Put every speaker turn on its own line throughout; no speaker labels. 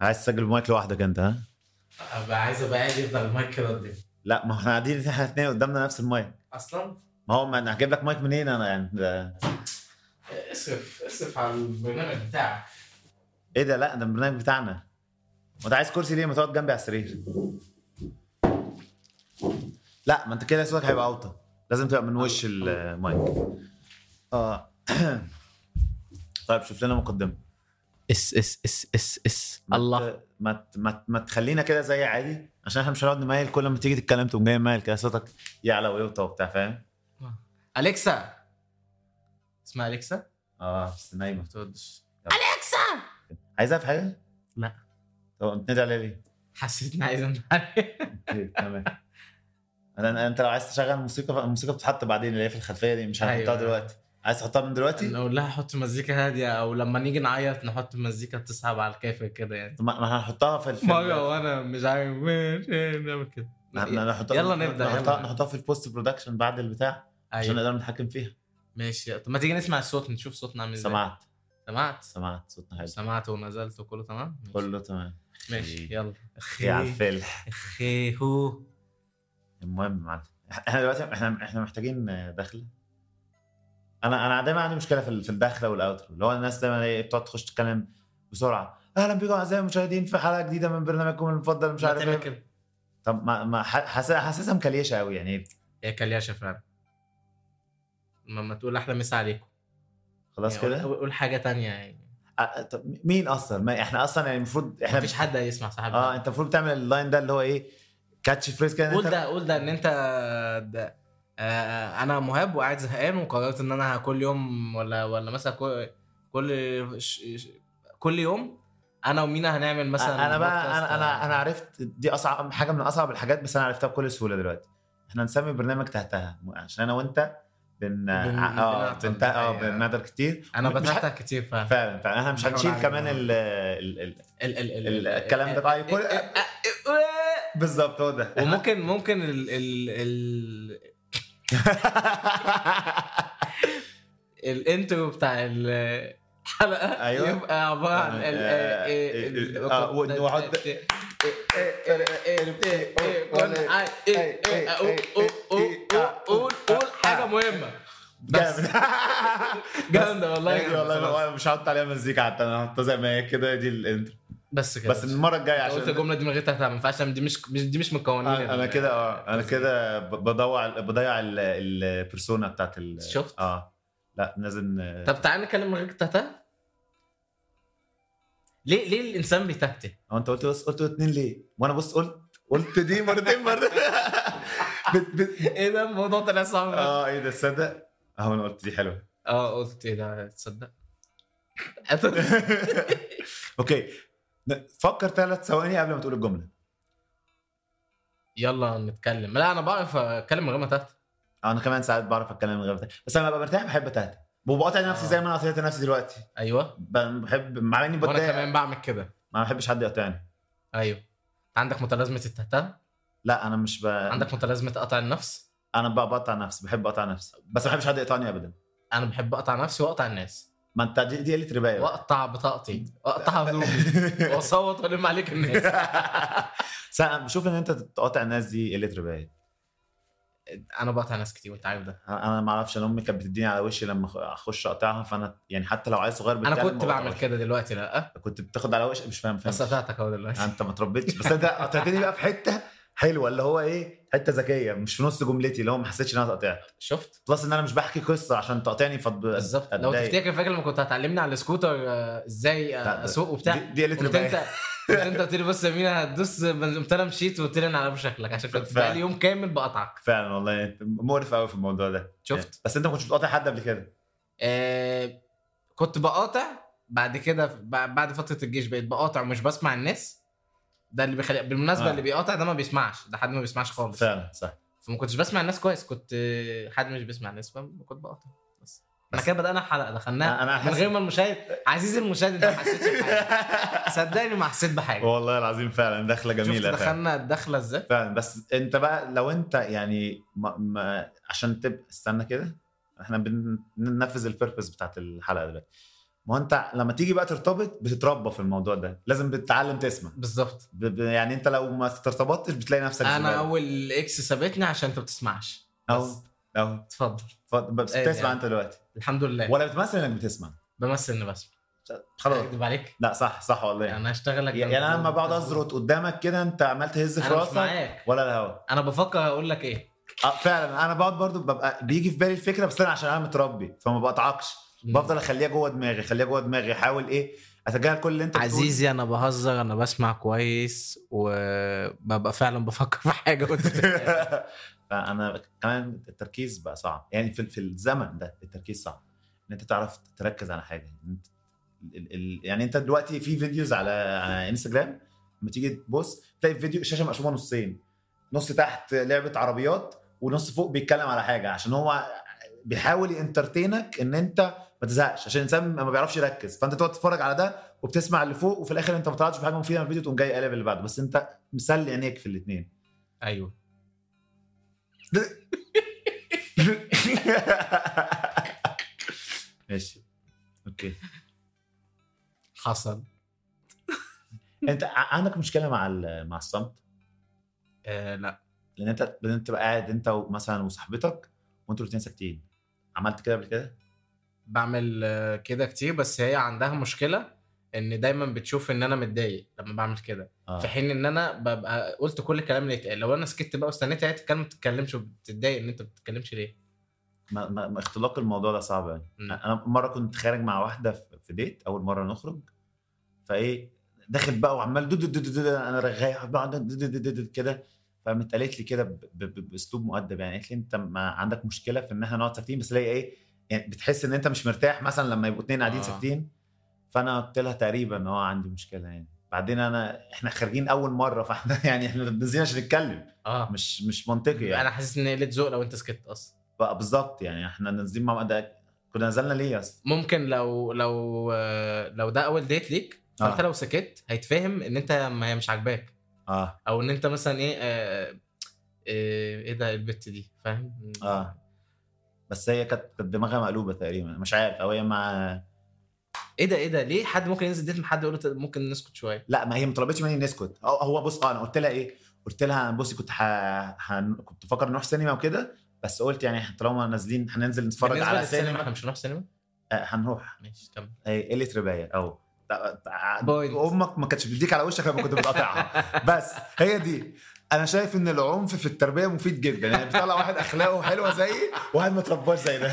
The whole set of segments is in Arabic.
عايز تسجل بمايك لوحدك انت ها؟
ابقى عايز ابقى قاعد يفضل المايك كده قدامي
لا ما احنا قاعدين احنا الاثنين قدامنا نفس المايك
اصلا
ما هو ما انا هجيب لك مايك منين انا يعني ده-
اصرف اصرف على البرنامج بتاعك
ايه ده لا ده البرنامج بتاعنا وانت عايز كرسي ليه ما تقعد جنبي على السرير لا ما انت كده صوتك هيبقى اوطى لازم تبقى من وش المايك اه طيب شوف لنا مقدمه
اس اس اس اس اس
ما ت- ما ت- ما, ت- ما تخلينا كده زي عادي عشان احنا مش هنقعد نمايل كل ما تيجي تتكلم تقوم جاي مايل كده صوتك يعلى ويوطى وبتاع فاهم
اليكسا اسمها اليكسا
اه بس نايمه
تردش
عايزها في حاجه؟
لا.
طب بتنادي عليا ليه؟
حسيت اني عايز انحني
اوكي، تمام انا أنا- انت لو عايز تشغل موسيقى الموسيقى بتتحط بعدين اللي هي في الخلفيه دي مش هنحطها
أيوة.
دلوقتي عايز تحطها من دلوقتي؟
نقول لها حط مزيكا هاديه او لما نيجي نعيط نحط مزيكا بتسحب على الكافر كده يعني
طب ما ما هنحطها في الفيلم
مره وانا مش عارف نعمل كده أيوة. يلا نبدا
نحطها
يلا
نحطها في البوست برودكشن بعد البتاع عشان
أيوة.
نقدر نتحكم فيها
ماشي طب ما تيجي نسمع الصوت نشوف صوتنا عامل ازاي
سمعت
سمعت
سمعت صوتنا حلو
سمعت ونزلت وكله تمام ماشي.
كله تمام
ماشي يلا
يا على الفلح
اخي هو
المهم يا معلم احنا دلوقتي احنا احنا محتاجين دخله انا انا دايما عندي مشكله في ال- في الدخله والاوترو اللي هو الناس دايما ايه بتقعد تخش تتكلم بسرعه اهلا بكم اعزائي المشاهدين في حلقه جديده من برنامجكم المفضل مش
مش عارف
عارف
تعمل
ايه
كده
طب ما ما ح- حاسس- حاسسها مكليشه قوي يعني
هي كليشه فعلا ما ما تقول احلى مسا عليكم
خلاص
يعني قول-
كده
قول قول حاجه تانية يعني
أ- طب مين اصلا ما احنا اصلا يعني المفروض احنا
مفيش حد هيسمع صاحبنا
اه انت المفروض تعمل اللاين ده اللي هو ايه كاتش فريز كده إن
قول
انت
ده قول ده ان انت ده آه انا مهاب وقاعد زهقان وقررت ان انا كل يوم ولا ولا مثلا كل كل ش- ش- كل يوم انا ومينا هنعمل مثلا
انا بقى
بودكاست،
انا انا انا عرفت دي اصعب حاجه من اصعب الحاجات بس انا عرفتها بكل سهوله دلوقتي احنا نسمي برنامج تحتها عشان انا وانت بن اه
بنعطل.
بنت- اه
أيوة.
بنقدر كتير
انا
مش-
بتحتك كتير فعلا
فعلا فعلا احنا مش
بنحاول
هنشيل
على
كمان
قد
ال ال ال
ال- ال- ال-
ال-
ال-
الكلام ده. أيوة، كل- بالظبط هو ده
وممكن ممكن ال ال ال الانترو بتاع ال- الحلقه
أيوه.
يبقى عباره عن ال-
آه،
ال- ال-
آه، وإن واحد-
قول- قول- قول- قول حاجه مهمه
جامد
جامده والله
بس-
جامدة
والله
خلاص.
أنا مش هحط عليها مزيكا حتى انا هحطها زي ما هي كده دي الانترو
بس كده
بس المره الجايه
أنت قلت
عشان
الجمله دي من غير تهتم ما ينفعش دي مش مش- دي مش من قوانين ال-
انا كده اه انا كده ب- بضيع بضيع ال- البرسونا بتاعت ال
شفت
اه لا لازم
طب تعال نتكلم من غير تهته ليه ليه الانسان بيتهته؟
هو انت قلت بس قلت اتنين ليه؟ وانا بص قلت قلت دي مرتين مرتين بت بت
ايه ده الموضوع طلع صعب
اه ايه ده تصدق؟ اهو انا قلت دي حلوه
اه قلت ايه ده تصدق
اوكي ن- فكر ثلاث ثواني قبل ما تقول الجمله
يلا نتكلم لا انا بعرف اتكلم من غير ما تهته
آه، انا كمان ساعات بعرف اتكلم من غير بتاعت. بس انا ببقى مرتاح بحب اتهته وبقاطع نفسي زي ما انا قاطعت نفسي دلوقتي
ايوه
ب- بحب مع اني
وانا
بتضايق
كمان بعمل كده
ما بحبش حد يقاطعني
ايوه عندك متلازمه التهته
لا انا مش ب...
عندك متلازمه قطع النفس
انا بقى بقطع نفسي بحب اقطع نفسي بس ما بحبش حد يقطعني ابدا
انا بحب اقطع نفسي واقطع الناس
ما انت دي دي قله ربايه بقى.
واقطع بطاقتي واقطع هدومي واصوت والم عليك الناس
بس أنا بشوف ان انت تقاطع الناس دي قله ربايه
انا بقطع ناس كتير وانت عارف ده
انا ما اعرفش انا امي كانت بتديني على وشي لما أخ- اخش اقطعها فانا يعني حتى لو عيل صغير
انا
بيتكلم
كنت
ما
بعمل
بقطعوش.
كده دلوقتي لا أه؟
كنت بتاخد على وشك مش فاهم فاهم
بس قطعتك اهو دلوقتي
انت ما تربيتش بس انت قطعتني بقى في حته حلوه اللي هو ايه حته ذكيه مش في نص جملتي اللي هو ما حسيتش ان انا اتقطعت
شفت
بلس ان انا مش بحكي قصه عشان تقاطعني إيه؟ فض...
بالظبط لو
أتضايق.
تفتكر فاكر لما كنت هتعلمني على السكوتر آه، ازاي
لا،
آه،
ده-
اسوق وبتاع
دي- دي قله
قلت
ربايه
انت قلت انت قلت لي بص يا مينا هتدوس بنز- قمت انا مشيت وقلت لي انا على شكلك عشان كنت
فعلا.
بقالي يوم كامل بقطعك
فعلا والله انت مقرف قوي في الموضوع ده يعني.
شفت
بس انت ما كنتش بتقاطع حد قبل كده إيه.
آه كنت بقاطع بعد كده ب- بعد فتره الجيش بقيت بقاطع ومش بسمع الناس ده اللي بيخلي بالمناسبه
آه.
آه. اللي بيقاطع ده ما بيسمعش ده حد ما بيسمعش خالص
فعلا صح
فما كنتش بسمع الناس كويس كنت آه، حد مش بيسمع الناس فكنت بقاطع بس احنا
بس-
كده بدانا الحلقه دخلناها
انا
من
حاسس-
غير ما المشاهد عزيزي المشاهد انت ما حسيتش بحاجه صدقني ما حسيت بحاجه
والله العظيم فعلا دخله جميله
شفت
فعلا.
دخلنا الدخله ازاي
فعلا بس انت بقى لو انت يعني ما ما عشان تبقى استنى كده احنا بننفذ البيربز بتاعت الحلقه دلوقتي ما هو انت لما تيجي بقى ترتبط بتتربى في الموضوع ده لازم بتتعلم تسمع
بالظبط
ب... ب... يعني انت لو ما ترتبطتش بتلاقي نفسك
انا
زبالة.
اول اكس سابتني عشان انت ما بتسمعش
اهو
بس.
اهو
اتفضل
ف- بس
ايه
بتسمع
يعني.
انت دلوقتي
الحمد لله
ولا بتمثل انك بتسمع
بمثل اني بسمع
خلاص
اكذب عليك
لا صح صح والله يعني
انا هشتغلك
يعني انا لما بقعد ازرط قدامك كده انت عمال تهز في
انا مش
راسك
معاك
ولا الهوا
انا بفكر اقول لك ايه
اه فعلا انا بقعد برضو ببقى بيجي في بالي الفكره بس انا عشان انا متربي فما بقطعكش بفضل اخليها جوه دماغي اخليها جوه دماغي احاول ايه اتجاهل كل اللي انت بتقوله.
عزيزي انا بهزر انا بسمع كويس وببقى فعلا بفكر في حاجه وانت بتتكلم.
فانا كمان التركيز بقى صعب يعني في, في الزمن ده التركيز صعب ان انت تعرف تركز على حاجه إن أنت- ال- ال- يعني انت دلوقتي في فيديوز على على انستجرام لما تيجي تبص تلاقي فيديو الشاشه مقسومه نصين نص تحت لعبه عربيات ونص فوق بيتكلم على حاجه عشان هو بيحاول ينترتينك ان انت ما تزهقش عشان الانسان ما بيعرفش يركز فانت تقعد تتفرج على ده وبتسمع اللي فوق وفي الاخر انت ما طلعتش بحاجه مفيده من الفيديو تقوم جاي قلب اللي بعده بس انت مسلي عينيك في الاثنين
ايوه
ماشي اوكي
حصل
انت ع- عندك مشكله مع ال- مع الصمت
آه لا
لان انت لان انت تبقى قاعد انت مثلا وصاحبتك وانتوا الاثنين ساكتين عملت كده قبل كده
بعمل آه، كده كتير بس هي عندها مشكله ان دايما بتشوف ان انا متضايق لما بعمل كده
اه
في حين ان انا ببقى قلت كل الكلام اللي يتقال لو انا سكت بقى واستنيت هي تتكلم ما تتكلمش وبتتضايق ان انت ما بتتكلمش ليه
ما ما ما اختلاق الموضوع ده صعب يعني
مم.
انا مره كنت خارج مع واحده في- في ديت اول مره نخرج فايه داخل بقى وعمال دود دود دود دود انا رغاي بقعد دود دود دود دود كده فقامت قالت لي كده ب- ب- ب- باسلوب مؤدب يعني قالت لي انت ما عندك مشكله في ان احنا نقعد ساكتين بس ليه ايه يعني بتحس ان انت مش مرتاح مثلا لما يبقوا اتنين قاعدين
آه.
ساكتين فانا قلت لها تقريبا اه عندي مشكله يعني بعدين انا احنا خارجين اول مره فاحنا يعني احنا نازلين عشان نتكلم
اه
مش مش منطقي يعني
انا حاسس ان قله ذوق لو انت سكت اصلا
بقى بالظبط يعني احنا نازلين مع ده كنا نزلنا ليه اصلا؟
ممكن لو لو آه، لو ده اول ديت ليك فانت
آه.
لو سكت هيتفهم ان انت ما هي مش عاجباك
اه
او ان انت مثلا ايه آه، آه، ايه ده البت دي فاهم
اه بس هي كانت كانت دماغها مقلوبه تقريبا مش عارف او هي مع
ايه ده ايه ده ليه حد ممكن ينزل ديت مع حد يقول له ممكن نسكت شويه
لا ما هي ما طلبتش مني اني اسكت أو- هو بص اه انا قلت لها ايه؟ قلت لها بصي كنت ح... ح... كنت بفكر نروح سينما وكده بس قلت يعني إحنا طالما نازلين هننزل نتفرج
بالنسبة
على
للسينما،
سينما
احنا مش هنروح سينما
آه هنروح
ماشي كمل
هي قله ربايه اهو تع- تع-
Point.
امك ما كانتش بتديك على وشك لما كنت بتقاطعها بس هي دي انا شايف ان العنف في التربيه مفيد جدا يعني بيطلع واحد اخلاقه حلوه زيي وواحد ما ترباش زي ده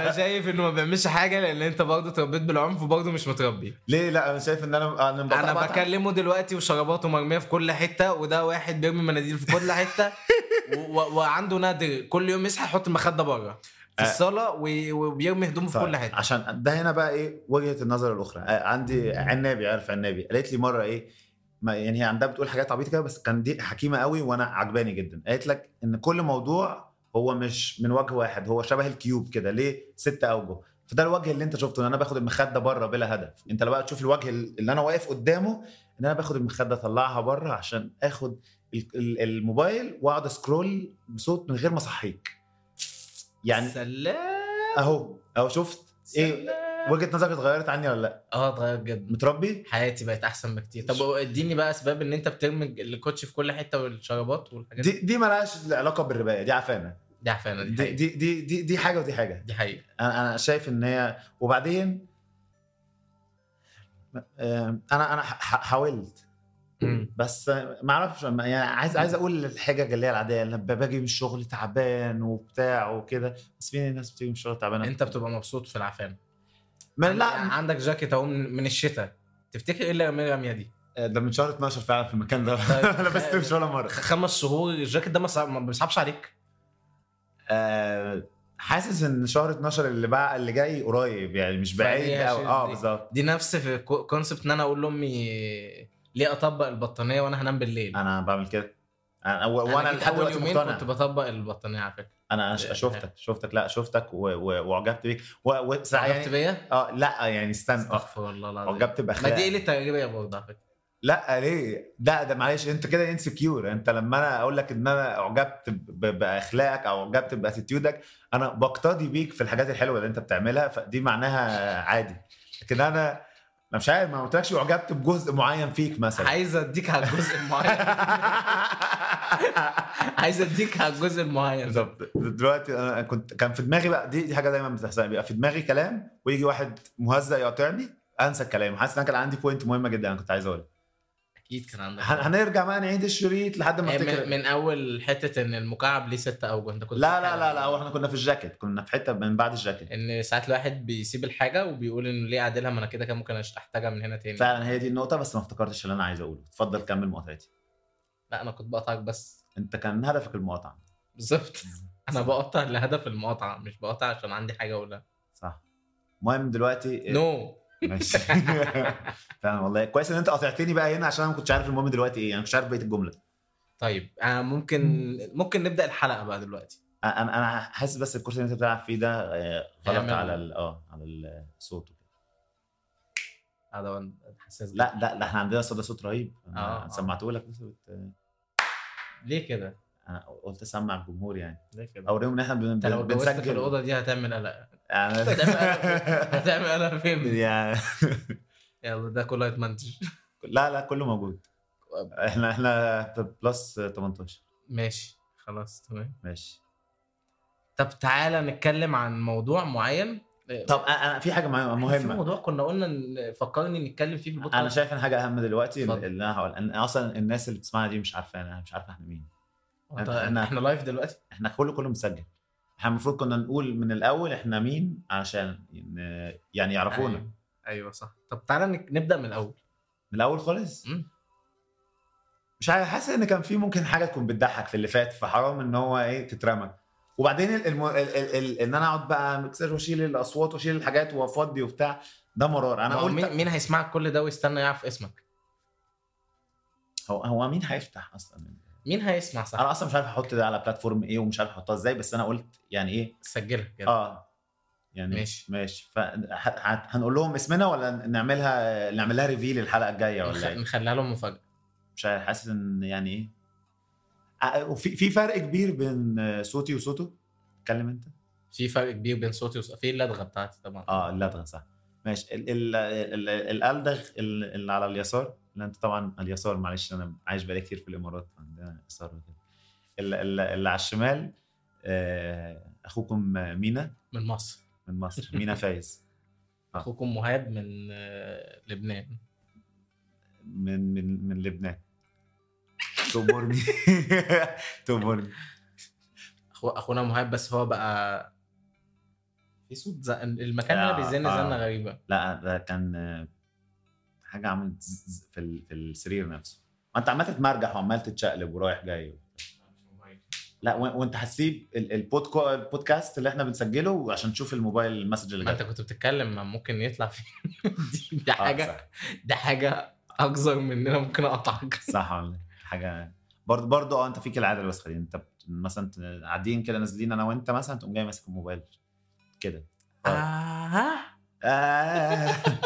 انا شايف انه ما بيعملش حاجه لان انت برضه اتربيت بالعنف وبرضه مش متربي
ليه لا انا شايف ان انا انا بقطع-
انا
بقطع.
بكلمه دلوقتي وشراباته مرميه في كل حته وده واحد بيرمي مناديل في كل حته و- و- وعنده نادر كل يوم يصحى يحط المخده بره في
آه.
الصاله وي- وبيرمي هدومه في
طيب،
كل حته
عشان ده هنا بقى ايه وجهه النظر الاخرى آه، عندي عنابي عارف عنابي قالت لي مره ايه ما يعني هي عندها بتقول حاجات عبيطه كده بس كان دي حكيمه قوي وانا عجباني جدا قالت لك ان كل موضوع هو مش من وجه واحد هو شبه الكيوب كده ليه ست اوجه فده الوجه اللي انت شفته ان انا باخد المخده بره بلا هدف انت لو بقى تشوف الوجه اللي انا واقف قدامه ان انا باخد المخده اطلعها بره عشان اخد ال- ال- الموبايل واقعد اسكرول بصوت من غير ما اصحيك يعني
سلام
اهو اهو شفت ايه
سلام.
وجهه نظرك اتغيرت عني ولا لا
اه اتغير جدا
متربي
حياتي بقت احسن بكتير طب اديني بقى اسباب ان انت بترمي الكوتش في كل حته والشرابات والحاجات
دي دي مالهاش علاقه بالربايه دي عفانه
دي عفانه دي
دي
حقيقة.
دي دي دي, دي حاجه ودي حاجه
دي حقيقه
انا انا شايف ان هي وبعدين آم، انا انا ح- ح- حاولت بس ما اعرفش ما- يعني عايز عايز اقول الحجج اللي هي العاديه لما باجي من الشغل تعبان وبتاع وكده بس فين الناس بتيجي من الشغل تعبانه
انت بتبقى مبسوط في العفانه
ما لا
عندك جاكيت اهو من من الشتاء تفتكر ايه اللي رمي الرميه دي؟
ده من شهر 12 فعلا في المكان ده
طيب.
ما لبستوش ولا مره
خ- خمس شهور الجاكيت ده ما صع- ما بيصعبش عليك
آه، حاسس ان شهر 12 اللي بقى اللي جاي قريب يعني مش بعيد
فهي
قوي
شيء
اه
دي.
بالظبط
دي نفس في كونسبت ان انا اقول لامي ليه اطبق البطانيه وانا هنام بالليل
انا بعمل كده انا و- وانا
جيت
لحد
اول
دلوقتي
يومين
مقتنع
كنت آه. بطبق البطانيه على فكره
انا ش- شفتك شفتك لا شفتك و- و- واعجبت بيك و- و- سع-
عجبت
يعني
بيا؟
اه لا يعني استنى آه،
استغفر الله العظيم
اعجبت
ما دي
باخلاقك
قله تجربه برضه على فكره
لا ليه لا ده معلش انت كده انسكيور انت لما انا اقول لك ان انا اعجبت ب- باخلاقك او اعجبت باتيتيودك انا بقتدي بيك في الحاجات الحلوه اللي انت بتعملها فدي معناها عادي لكن انا انا مش عارف ما قلتلكش اعجبت بجزء معين فيك مثلا
عايز اديك على الجزء المعين عايز اديك على الجزء المعين ده.
بالظبط دلوقتي انا كنت كان في دماغي بقى دي, دي حاجه دايما بتحصل بيبقى في دماغي كلام ويجي واحد مهزأ يقاطعني انسى الكلام حاسس ان انا كان عندي بوينت مهمه جدا انا كنت عايز اقولها
اكيد كان عندك
هن- هنرجع بقى نعيد الشريط لحد ما افتكر
من, من اول حته ان المكعب ليه ست اوجه انت كنت
لا لا
بتتكلم
لا لا هو احنا كنا في الجاكيت كنا في حته من بعد الجاكيت
ان ساعات الواحد بيسيب الحاجه وبيقول انه ليه اعدلها ما انا كده كان ممكن احتاجها من هنا تاني
فعلا هي دي النقطه بس ما افتكرتش اللي انا عايز اقوله
إيه.
اتفضل كمل مقاطعتي
لا انا كنت بقطعك بس
انت كان هدفك المقاطعه
بالظبط انا بقطع لهدف المقاطعه مش بقطع عشان عندي حاجه اقولها
صح المهم دلوقتي إيه،
نو
ماشي فعلا والله كويس ان انت قاطعتني بقى هنا عشان انا ما كنتش عارف المهم دلوقتي ايه انا مش عارف بقيه الجمله
طيب انا ممكن ممكن نبدا الحلقه بقى دلوقتي
انا انا حاسس بس الكرسي اللي انت بتلعب فيه ده آه، غلط
هيعمل-
على ال- اه على الصوت وكده.
هذا حساس جداً.
لا لا لا احنا عندنا صدى صوت رهيب
آه، آه.
انا سمعته لك بس بت-
ليه كده؟
انا قلت اسمع الجمهور يعني
ليه كده؟
اوريهم ان احنا بن-
انت لو
بن-
اتجوزت في
بنسجل
الاوضه دي هتعمل قلق
يعني
هتعمل قلق فين؟
يعني
يلا ده كله هيتمنتج
لا لا كله موجود احنا احنا بلس 18
ماشي خلاص تمام
ماشي
طب تعالى نتكلم عن موضوع معين
طب أ- انا في حاجه مه-
في
مهمه
موضوع كنا قلنا إن- فكرني نتكلم فيه في البودكاست
انا شايف ان حاجه اهم دلوقتي
اتفضل.
اللي انا هقول انا اصلا الناس اللي بتسمعنا دي مش عارفانا انا مش عارف احنا مين
هو انت-
أنا-
احنا لايف دلوقتي
احنا كله كله مسجل احنا المفروض كنا نقول من الاول احنا مين عشان ن- يعني يعرفونا
ايوه, أيوة صح طب تعالى نك- نبدا من الاول
من الاول خالص
مم.
مش عارف حاسس ان كان في ممكن حاجه تكون بتضحك في اللي فات فحرام ان هو ايه تترمى وبعدين ال الم... ال ال ال ان انا اقعد بقى مكسر واشيل الاصوات واشيل الحاجات وافضي وبتاع ده مرار انا
ما هو
قلت
مين, مين هيسمعك كل ده ويستنى يعرف اسمك
هو هو مين هيفتح اصلا
مين هيسمع صح
انا اصلا مش عارف احط ده على بلاتفورم ايه ومش عارف احطها ازاي بس انا قلت يعني ايه
سجلها كده
اه يعني
ماشي.
ماشي فهنقول لهم اسمنا ولا نعملها نعمل لها ريفيل الحلقه الجايه
نخ-
ولا ايه؟
نخليها لهم مفاجاه
مش عارف حاسس ان يعني ايه آه، وفي في فرق كبير بين آه، صوتي وصوته اتكلم انت
في فرق كبير بين صوتي وصوتي في اللدغه بتاعتي طبعا
اه اللدغه صح ماشي ال ال ال ال- الالدغ ال- اللي على اليسار اللي انت طبعا على اليسار معلش انا عايش بقالي كتير في الامارات عندنا يسار وكده ال- ال- اللي على الشمال آه، اخوكم آه، مينا
من مصر
من مصر مينا فايز آه.
اخوكم مهاب من آه، لبنان
من من من لبنان تؤمرني تؤمرني
أخو... اخونا مهاب بس هو بقى في صوت ز... المكان هنا
آه،
بيزن
آه.
زنه غريبه
لا ده كان آه، حاجه عملت ز- ز- في ال- في السرير نفسه ما انت عمال تتمرجح وعمال تتشقلب ورايح جاي لا و- وانت هتسيب ال- البودكو البودكاست اللي احنا بنسجله عشان تشوف الموبايل المسج اللي
ما انت
جاي
كنت بتتكلم ما ممكن يطلع فيه دي, دي
آه،
حاجه
صح
دي حاجه اكثر مننا ممكن اقطعك
صح والله حاجه برضه برضه اه انت فيك العاده الوسخه دي انت بت- مثلا ت- قاعدين كده نازلين انا وانت مثلا تقوم جاي ماسك الموبايل كده
آه.
آه.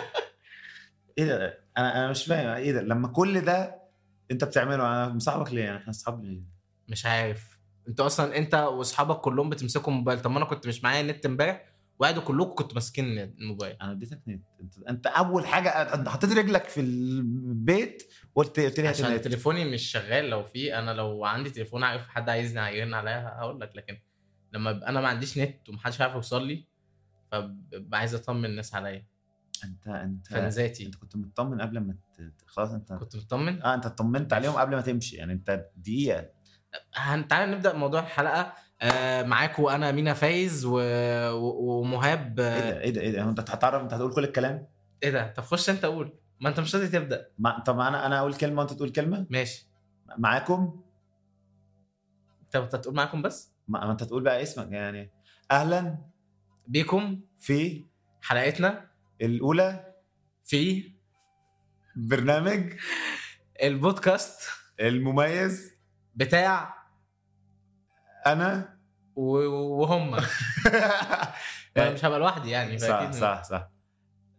ايه ده انا انا مش فاهم ايه ده لما كل ده انت بتعمله انا مصاحبك ليه يعني احنا اصحاب ليه
مش عارف انت اصلا انت واصحابك كلهم بتمسكوا موبايل طب ما انا كنت مش معايا نت امبارح وقعدوا كلكم كنتوا ماسكين الموبايل
انا اديتك نت انت انت اول حاجه انت حطيت رجلك في البيت وقلت قلت لي هات
عشان
النت
تليفوني مش شغال لو في انا لو عندي تليفون عارف حد عايزني هيرن عليا هقول لك لكن لما يبقى انا ما عنديش نت ومحدش عارف يوصل لي فببقى عايز اطمن الناس عليا
انت انت
فنزاتي
انت كنت مطمن قبل ما ت- خلاص انت
كنت مطمن
اه انت اطمنت عليهم قبل ما تمشي يعني انت دقيقه
هن- تعالى نبدا موضوع الحلقه آه معاكم انا مينا فايز و... و... ومهاب
ايه
آه،
ده ايه ده ايه ده هو انت هتعرف انت هتقول كل الكلام
ايه ده طب خش انت قول ما انت مش راضي تبدا
ما طب انا انا اقول كلمه وانت تقول كلمه
ماشي
معاكم
طب انت هتقول معاكم بس
ما ما انت تقول بقى اسمك يعني اهلا
بيكم
في
حلقتنا
الاولى
في
برنامج
البودكاست
المميز
بتاع
انا
و- وهم انا مش هبقى لوحدي يعني
صح
فأكيد-
صح صح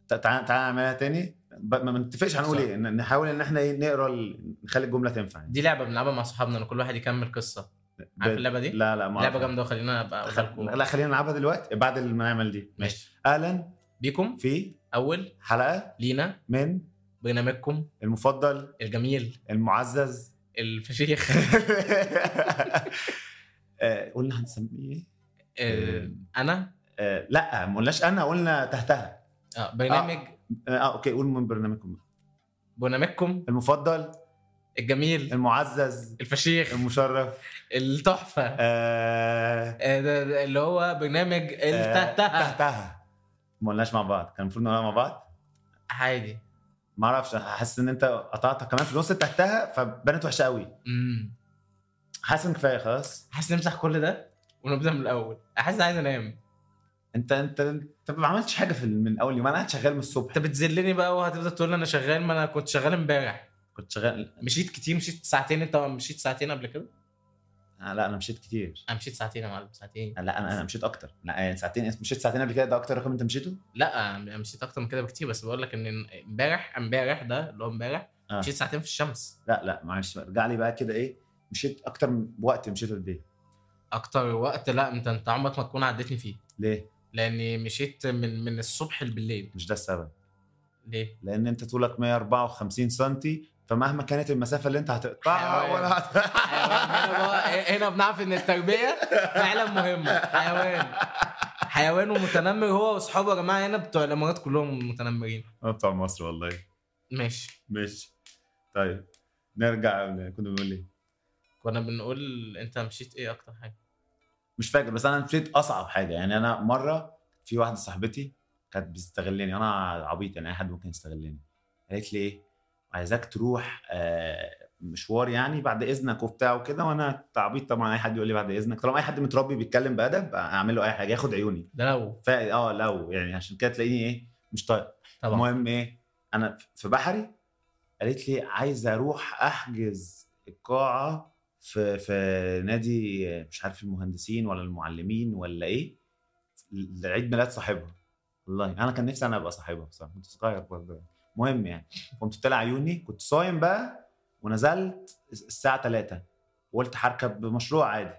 تع- تعال تعال نعملها تاني ب- ما ما نتفقش هنقول
صح.
ايه ن- نحاول ان احنا إيه، نقرا ال- نخلي الجمله تنفع يعني.
دي لعبه بنلعبها مع صحابنا ان كل واحد يكمل قصه عارف اللعبة دي؟
لا لا ما
لعبه
أعرف.
جامده وخلينا ابقى اقولها
خل-
لكم
لا خلينا نلعبها دلوقتي بعد ما نعمل دي ماشي
ماشي
اهلا
بيكم
في
اول
حلقه
لينا
من
برنامجكم
المفضل
الجميل
المعزز
الفشيخ
آه، قلنا هنسميه ايه؟
آه، انا
آه، لا ما قلناش انا قلنا تحتها
آه، برنامج
اه اوكي قول من برنامجكم
برنامجكم
المفضل
الجميل
المعزز
الفشيخ
المشرف
التحفه
آه،
آه، ده- ده اللي هو برنامج
آه،
التهتها
تحتها ما قلناش مع بعض كان المفروض نقولها مع بعض
عادي
ما اعرفش حاسس ان انت قطعتها كمان في نص تحتها فبانت وحشه قوي
امم
حاسس ان كفايه خلاص
حاسس نمسح كل ده ونبدا من الاول حاسس عايز انام
انت انت انت ما عملتش حاجه في من اول يوم انا قاعد شغال من الصبح
انت بتذلني بقى وهتفضل تقول لي انا شغال ما انا كنت شغال امبارح
كنت شغال
مشيت كتير مشيت ساعتين انت مشيت ساعتين قبل كده
آه، لا انا مشيت كتير
انا مشيت ساعتين يا معلم ساعتين
آه، لا انا انا مشيت اكتر لا يعني ساعتين مشيت ساعتين قبل كده ده اكتر رقم انت مشيته
لا انا مشيت اكتر من كده بكتير بس بقول لك ان امبارح امبارح ده اللي هو امبارح
آه.
مشيت ساعتين في الشمس
لا لا معلش بقى، ارجع لي بقى كده ايه مشيت اكتر من وقت مشيته قد ايه
اكتر وقت لا انت انت عمرك ما تكون عدتني فيه
ليه
لاني مشيت من من الصبح بالليل
مش ده السبب
ليه
لان انت طولك 154 سم فمهما كانت المسافه اللي انت هتقطعها
حيوان.
ولا
هنا بقى-
هت...
هنا بنعرف ان التربيه فعلا مهمه حيوان حيوان ومتنمر هو واصحابه يا جماعه هنا بتوع الامارات كلهم متنمرين
آه، بتاع مصر والله
ماشي
ماشي طيب نرجع ل- كنا بنقول ايه
كنا بنقول انت مشيت ايه اكتر حاجه
مش فاكر بس انا مشيت اصعب حاجه يعني انا مره في واحده صاحبتي كانت بتستغلني انا عبيط يعني اي حد ممكن يستغلني قالت لي ايه عايزاك تروح آه، مشوار يعني بعد اذنك وبتاع وكده وانا تعبيط طبعا اي حد يقول لي بعد اذنك طالما اي حد متربي بيتكلم بادب اعمل له اي حاجه ياخد عيوني
ده لو
ف اه لو يعني عشان كده تلاقيني ايه مش طايق
طبعا
المهم ايه انا في بحري قالت لي عايز اروح احجز القاعه في في نادي مش عارف المهندسين ولا المعلمين ولا ايه لعيد ميلاد صاحبها والله انا كان نفسي انا ابقى صاحبها بصراحه كنت صغير برضه المهم يعني قمت طلع عيوني كنت صايم بقى ونزلت الساعه 3 وقلت هركب مشروع عادي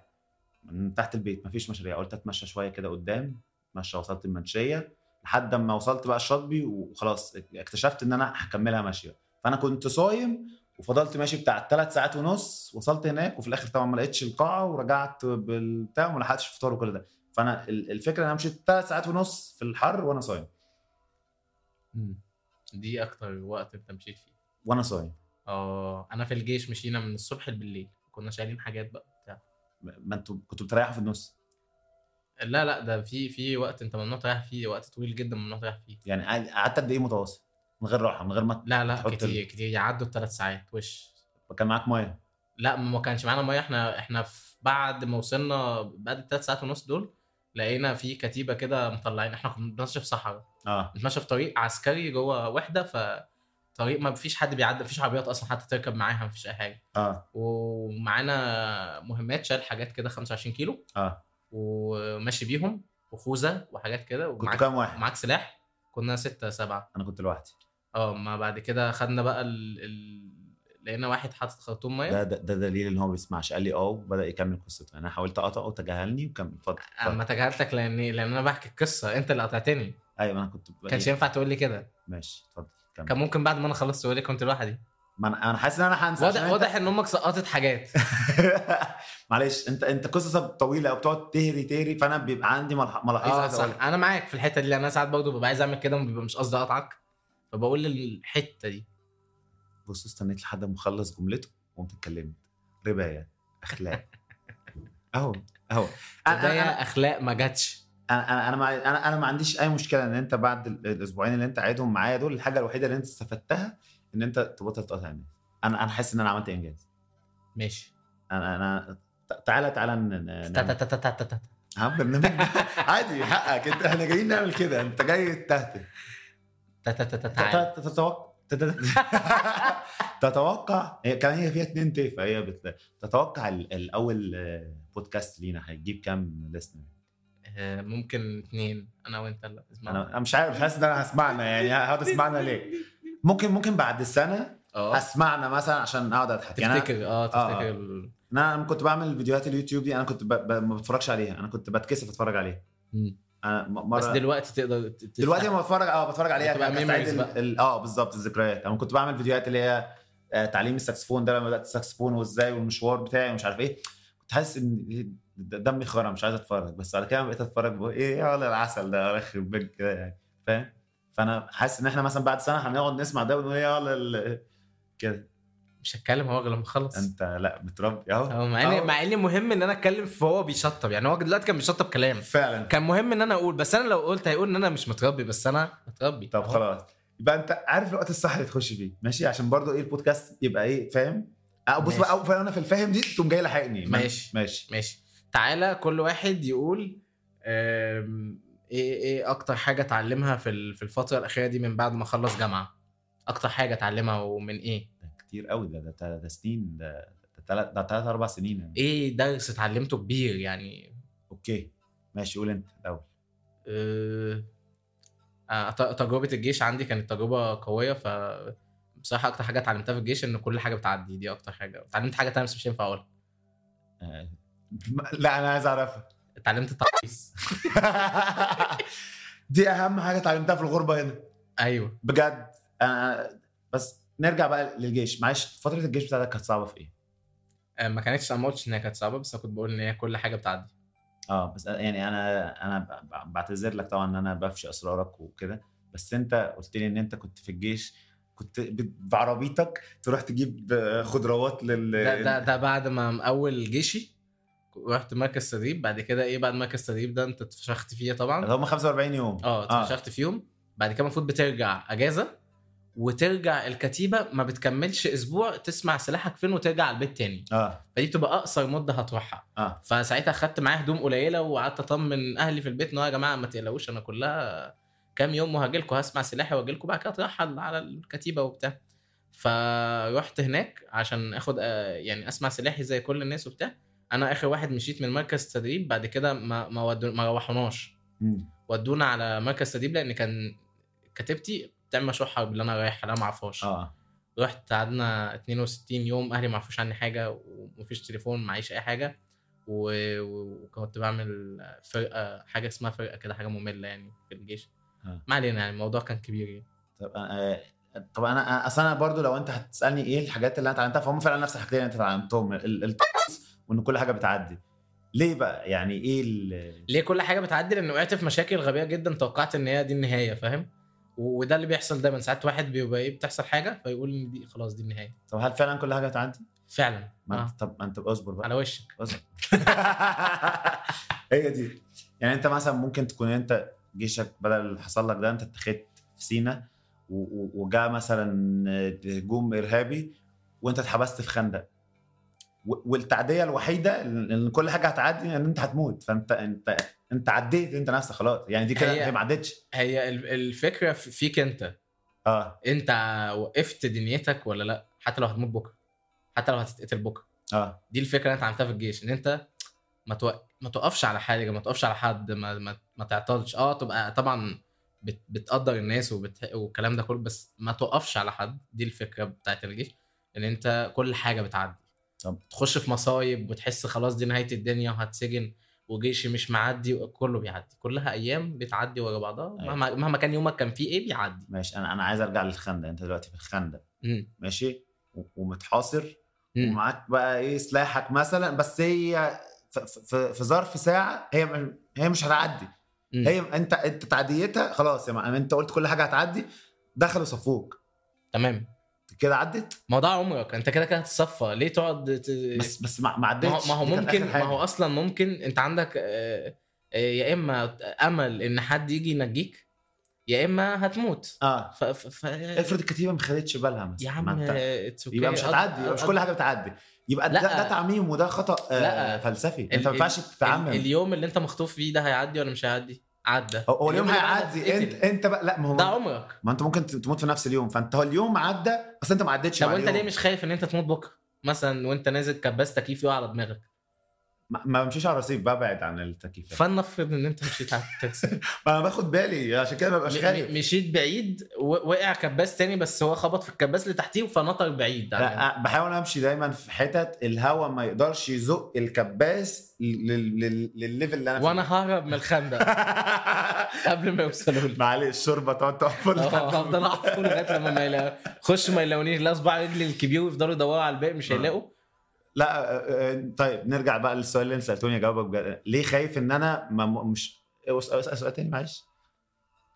من تحت البيت مفيش مشاريع قلت اتمشى شويه كده قدام اتمشى وصلت المنشيه لحد ما وصلت بقى الشاطبي وخلاص اكتشفت ان انا هكملها ماشيه فانا كنت صايم وفضلت ماشي بتاع ثلاث ساعات ونص وصلت هناك وفي الاخر طبعا ما لقيتش القاعه ورجعت بالبتاع وما لحقتش فطار وكل ده فانا ال- الفكره ان انا مشيت ثلاث ساعات ونص في الحر وانا صايم
مم. دي اكتر وقت انت مشيت فيه
وانا صايم
اه انا في الجيش مشينا من الصبح بالليل كنا شايلين حاجات بقى بتاع
م- ما انتوا كنتوا بتريحوا في النص
لا لا ده في في وقت انت ممنوع تريح فيه وقت طويل جدا ممنوع تريح فيه
يعني قعد- قعدت قد ايه متواصل من غير راحه من غير ما
لا لا
تحط ال-
كتير كتير يعدوا الثلاث ساعات وش
كان معاك ميه
لا ما كانش معانا ميه احنا احنا في بعد ما وصلنا بعد الثلاث ساعات ونص دول لقينا في كتيبه كده مطلعين احنا كنا بنتمشى في صحراء
اه
بنتمشى في طريق عسكري جوه وحده ف طريق ما فيش حد بيعدي ما فيش عربيات اصلا حتى تركب معاها ما فيش اي حاجه
اه
ومعانا مهمات شايل حاجات كده 25 كيلو
اه
وماشي بيهم وخوذه وحاجات كده
كنت
ومعاك
كام واحد
معاك سلاح كنا ستة سبعة
انا كنت لوحدي
اه ما بعد كده خدنا بقى ال... ال... لقينا واحد حاطط خرطوم ميه
ده ده, ده دليل ان هو ما بيسمعش قال لي اه وبدا يكمل قصته انا حاولت اقطعه تجاهلني وكمل اتفضل
انا ما
اتفضل.
تجاهلتك لان لان انا بحكي القصه انت اللي قطعتني
ايوه انا كنت ب-
كانش
إيه،
ينفع تقول لي كده
ماشي اتفضل
كان
كمل
ممكن بعد ما انا خلصت تقول لي كنت لوحدي
ما انا أنا حاسس ان انا هنسى
واضح
عشان آه،
واضح ان امك سقطت حاجات
أنت- معلش انت انت قصصك طويله وبتقعد تهري تهري فانا بيبقى عندي ملح- ملاحظه
اه
عايز
صح
أقولها.
انا معاك في الحته دي لان انا ساعات برضه ببقى عايز اعمل كده وبيبقى مش قصدي اقطعك فبقول الحته دي
بص استنيت لحد ما اخلص جملته وقمت اتكلمت ربايه اخلاق اهو اهو أنا-
ده
انا
يا اخلاق ما جاتش
انا انا انا ما- انا انا ما عنديش اي مشكله ان انت بعد ال- الاسبوعين اللي انت قاعدهم معايا دول الحاجه الوحيده اللي انت استفدتها ان انت تبطل تقطع الناس انا انا حاسس ان انا عملت انجاز
ماشي
انا انا تع- تعالى تعالى ن- ن-
تا- تا-
نعمل-
تا- تا- تا- تا- تا.
ها، برنامج عادي حقك انت احنا جايين نعمل كده انت جاي تهته
تا- تا- تا- تا- تعال.
ت- ت- تتوقع ت- تتوقع هي كمان هي فيها اتنين ت فهي بت... تتوقع ال- الاول آه، بودكاست لينا هيجيب كام لسنر
آه، ممكن اتنين انا وانت لا
انا
اسمع
أنا مش عارف مش حاسس ان انا هسمعنا يعني هقعد اسمعنا ليه ممكن ممكن بعد السنه
اه
اسمعنا مثلا عشان اقعد اضحك يعني أنا-
تفتكر اه
آه.
تفتكر ال-
انا لما كنت بعمل فيديوهات اليوتيوب دي انا كنت ب... ب... ما بتفرجش عليها انا كنت بتكسف اتفرج عليها
مم.
انا م- مره
بس دلوقتي تقدر ت- تفتح.
دلوقتي لما بتفرج اه بتفرج عليها
بتبقى
كان-
memories
كان-
بقى.
ال- اه بالظبط الذكريات انا كنت بعمل فيديوهات اللي هي آه، تعليم الساكسفون ده لما بدات الساكسفون وازاي والمشوار بتاعي ومش عارف ايه كنت حاسس ان إيه، د- دمي خرم مش عايز اتفرج بس على كده لما بقيت اتفرج بقول ايه يا ولا العسل ده ولا يخرب بيك كده يعني فاهم فانا حاسس ان احنا مثلا بعد سنه هنقعد نسمع ده ونقول يا ولا ال- كده
مش هتكلم هو غير لما اخلص
انت لا متربي اهو
هو مع ان مع ان مهم ان انا اتكلم فهو بيشطب يعني هو دلوقتي كان بيشطب كلام
فعلا
كان مهم ان انا اقول بس انا لو قلت هيقول ان انا مش متربي بس انا متربي
طب خلاص يبقى انت عارف الوقت الصح اللي تخش فيه ماشي عشان برضو ايه البودكاست يبقى ايه فاهم أه بص
ماشي.
بقى أول- انا في الفاهم دي تقوم جاي لاحقني ما-
ماشي.
ماشي
ماشي تعالى كل واحد يقول آم، ايه ايه اكتر حاجه اتعلمها في ال- في الفتره الاخيره دي من بعد ما خلص جامعه اكتر حاجه اتعلمها ومن ايه
ده كتير قوي ده ده- ده ده سنين ده ده تلات ده تلات اربع سنين يعني.
ايه درس اتعلمته كبير يعني
اوكي ماشي قول انت الاول
آه، آه، ت- تجربه الجيش عندي كانت تجربه قويه ف بصراحه اكتر حاجه اتعلمتها في الجيش ان كل حاجه بتعدي دي اكتر حاجه اتعلمت حاجه تانية بس مش هينفع اقولها
آه، لا انا عايز اعرفها
اتعلمت التعويض
دي اهم حاجه اتعلمتها في الغربه هنا
ايوه
بجد انا بس نرجع بقى للجيش معلش فتره الجيش بتاعتك كانت صعبه في ايه؟
آه، ما كانتش انا ما قلتش ان هي كانت صعبه بس أنا كنت بقول ان هي كل حاجه بتعدي
اه بس يعني انا انا ب- ب- بعتذر لك طبعا ان انا بفشي اسرارك وكده بس انت قلت لي ان انت كنت في الجيش كنت ب- بعربيتك تروح تجيب آه، خضروات لل
ده ده ده بعد ما مقول جيشي رحت مركز تدريب بعد كده ايه بعد مركز تدريب ده انت اتفشخت فيه طبعا
اللي هم 45 يوم آه،
اه اتفشخت فيهم بعد كده المفروض بترجع اجازه وترجع الكتيبه ما بتكملش اسبوع تسمع سلاحك فين وترجع على البيت تاني
اه
فدي بتبقى اقصر مده هتروحها
اه.
فساعتها خدت معايا هدوم قليله وقعدت اطمن اهلي في البيت ان هو يا جماعه ما تقلقوش انا كلها كام يوم وهاجي لكم هسمع سلاحي واجي لكم بعد كده اترحل على الكتيبه وبتاع فروحت هناك عشان اخد آه، يعني اسمع سلاحي زي كل الناس وبتاع انا اخر واحد مشيت من مركز تدريب بعد كده ما ما, ودو ما روحوناش
مم.
ودونا على مركز تدريب لان كان كتيبتي بتعمل مشروع حرب اللي انا رايح انا ما اعرفهاش
اه
رحت قعدنا 62 يوم اهلي ما عرفوش عني حاجه ومفيش تليفون معيش اي حاجه و... و- وكنت بعمل فرقه حاجه اسمها فرقه كده حاجه ممله يعني في الجيش
آه.
ما علينا يعني الموضوع كان كبير يعني
طب انا آه، طب انا أنا- اصل انا برضو لو انت هتسالني ايه الحاجات اللي انا اتعلمتها فهم فعلا نفس الحاجات اللي انت اتعلمتهم ال- التقص وان كل حاجه بتعدي ليه بقى يعني ايه ال-
ليه كل حاجه بتعدي لان وقعت في مشاكل غبيه جدا توقعت ان هي دي النهايه فاهم و- وده اللي بيحصل دايما ساعات واحد بيبقى ايه بتحصل حاجه فيقول ان دي خلاص دي النهايه
طب هل فعلا كل حاجه بتعدي
فعلا
ما
آه.
انت طب ما انت اصبر بقى
على وشك
بص. هي دي يعني انت مثلا ممكن تكون انت جيشك بدل اللي حصل لك ده انت اتخذت في سينا و- و- وجاء مثلا هجوم ارهابي وانت اتحبست في خندق و- والتعديه الوحيده ان كل حاجه هتعدي ان انت هتموت فانت انت انت عديت انت نفسك خلاص يعني دي كده
هي-
هي ما عدتش
هي ال- الفكره في- فيك انت
اه
انت وقفت دنيتك ولا لا حتى لو هتموت بكره حتى لو هتتقتل بكره
اه
دي الفكره اللي انت عملتها في الجيش ان انت ما توق... ما توقفش على حاجه ما توقفش على حد ما ما, ما تعطلش اه تبقى طبعا بت... بتقدر الناس وبت... والكلام ده كله بس ما توقفش على حد دي الفكره بتاعت الجيش ان انت كل حاجه بتعدي
طب.
تخش في مصايب وتحس خلاص دي نهايه الدنيا وهتسجن وجيشي مش معدي كله بيعدي كلها ايام بتعدي ورا بعضها
أيوة.
مهما مهما كان يومك كان فيه ايه بيعدي
ماشي انا انا عايز ارجع للخندق انت دلوقتي في الخندق
مم.
ماشي و- ومتحاصر
مم.
ومعاك بقى ايه سلاحك مثلا بس هي ف- ف- في ظرف ساعه هي م- هي مش هتعدي
مم.
هي انت انت تعديتها خلاص يا معلم انت قلت كل حاجه هتعدي دخلوا صفوك
تمام
كده عدت
ما هو ده عمرك انت كده كده هتتصفى ليه تقعد ت...
بس بس ما ما
إيه. ما
عدتش
هو- ما هو
دي كانت
ممكن
آخر حاجة.
ما هو اصلا ممكن انت عندك آه، آه، يا اما امل ان حد يجي ينجيك يا اما هتموت
اه
ف... ف... ف...
افرض الكتيبه ما خدتش بالها مثلا
يا
ما
عم
انت-
آه، it's okay.
يبقى مش
أض-
هتعدي يبقى مش
أض-
كل حاجه بتعدي يبقى ده,
لا.
ده تعميم وده خطا آه
لا.
فلسفي
ال-
انت ما ينفعش
ال-
تتعمم
اليوم اللي انت مخطوف فيه ده هيعدي ولا مش هيعدي عدى
هو- هو اليوم
اللي بعده
هيعدي
هتتقتل.
انت انت بقى لا ما
ده
هو
عمرك
ما انت ممكن تموت في نفس اليوم فانت هو اليوم عدى بس انت ما عدتش
طب
مع
وانت ليه
اليوم.
مش خايف ان انت تموت بكره مثلا وانت نازل كباس تكييف يقع على دماغك
ما ما بمشيش على الرصيف ببعد عن التكييفات
فلنفرض ان انت مشيت على التاكسي
ما انا باخد بالي عشان كده ما ببقاش خايف
م- م- مشيت بعيد و- وقع كباس تاني بس هو خبط في الكباس اللي تحتيه فنطر بعيد عن-
لا بحاول امشي دايما في حتت الهواء ما يقدرش يزق الكباس لل- لل- للليفل اللي انا فيه
وانا ههرب من الخندق قبل ما يوصلوا لي
معلش الشوربه تقعد تحفر
اه، هفضل احفر لغايه لما ما يلاقوا خش ما يلاقونيش لا صباع رجلي الكبير ويفضلوا يدوروا على الباقي مش
اه.
هيلاقوا
لا آه، آه، طيب نرجع بقى للسؤال اللي انت سالتوني اجاوبك بجد ليه خايف ان انا ما م- مش اسال اسال سؤال تاني معلش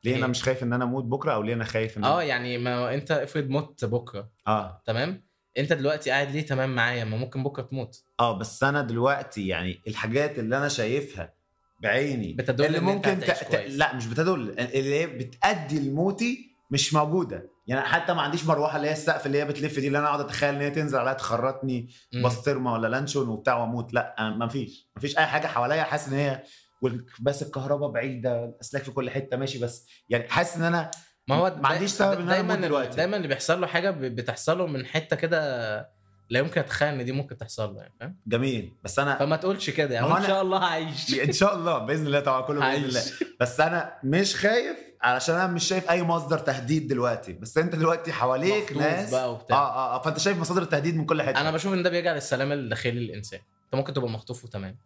ليه انا
ايه؟
مش خايف ان انا اموت بكره او ليه انا خايف ان
اه
اه
يعني ما انت افرض مت بكره
اه
تمام انت دلوقتي قاعد ليه تمام معايا ما ممكن بكره تموت
اه بس انا دلوقتي يعني الحاجات اللي انا شايفها بعيني
بتدل
اللي
ان انت
ممكن
هتعيش
ت... ت...
كويس.
لا مش بتدل اللي هي بتأدي لموتي مش موجوده يعني حتى ما عنديش مروحه اللي هي السقف اللي هي بتلف دي اللي انا اقعد اتخيل ان هي تنزل عليها تخرطني
مم.
بسطرمه ولا لانشون وبتاع واموت لا ما فيش ما فيش اي حاجه حواليا حاسس ان هي وال- بس الكهرباء بعيده الاسلاك في كل حته ماشي بس يعني حاسس ان انا
ما هو
ما عنديش سبب ان أنا
دايما
أموت دلوقتي.
دايما اللي بيحصل له حاجه ب- بتحصل له من حته كده لا يمكن اتخيل ان دي ممكن تحصل له يعني فاهم
جميل بس انا
فما تقولش كده
ما هو
يعني ان
أنا-
شاء الله هعيش
ان شاء الله باذن الله طبعا كله باذن الله
هعيش
بس انا مش خايف علشان انا مش شايف اي مصدر تهديد دلوقتي بس انت دلوقتي حواليك
مخطوف
ناس
بقى
اه
وبتاع
اه اه فانت شايف مصادر التهديد من كل حته
انا بشوف ان ده بيرجع للسلام الداخلي للانسان انت ممكن تبقى مخطوف وتمام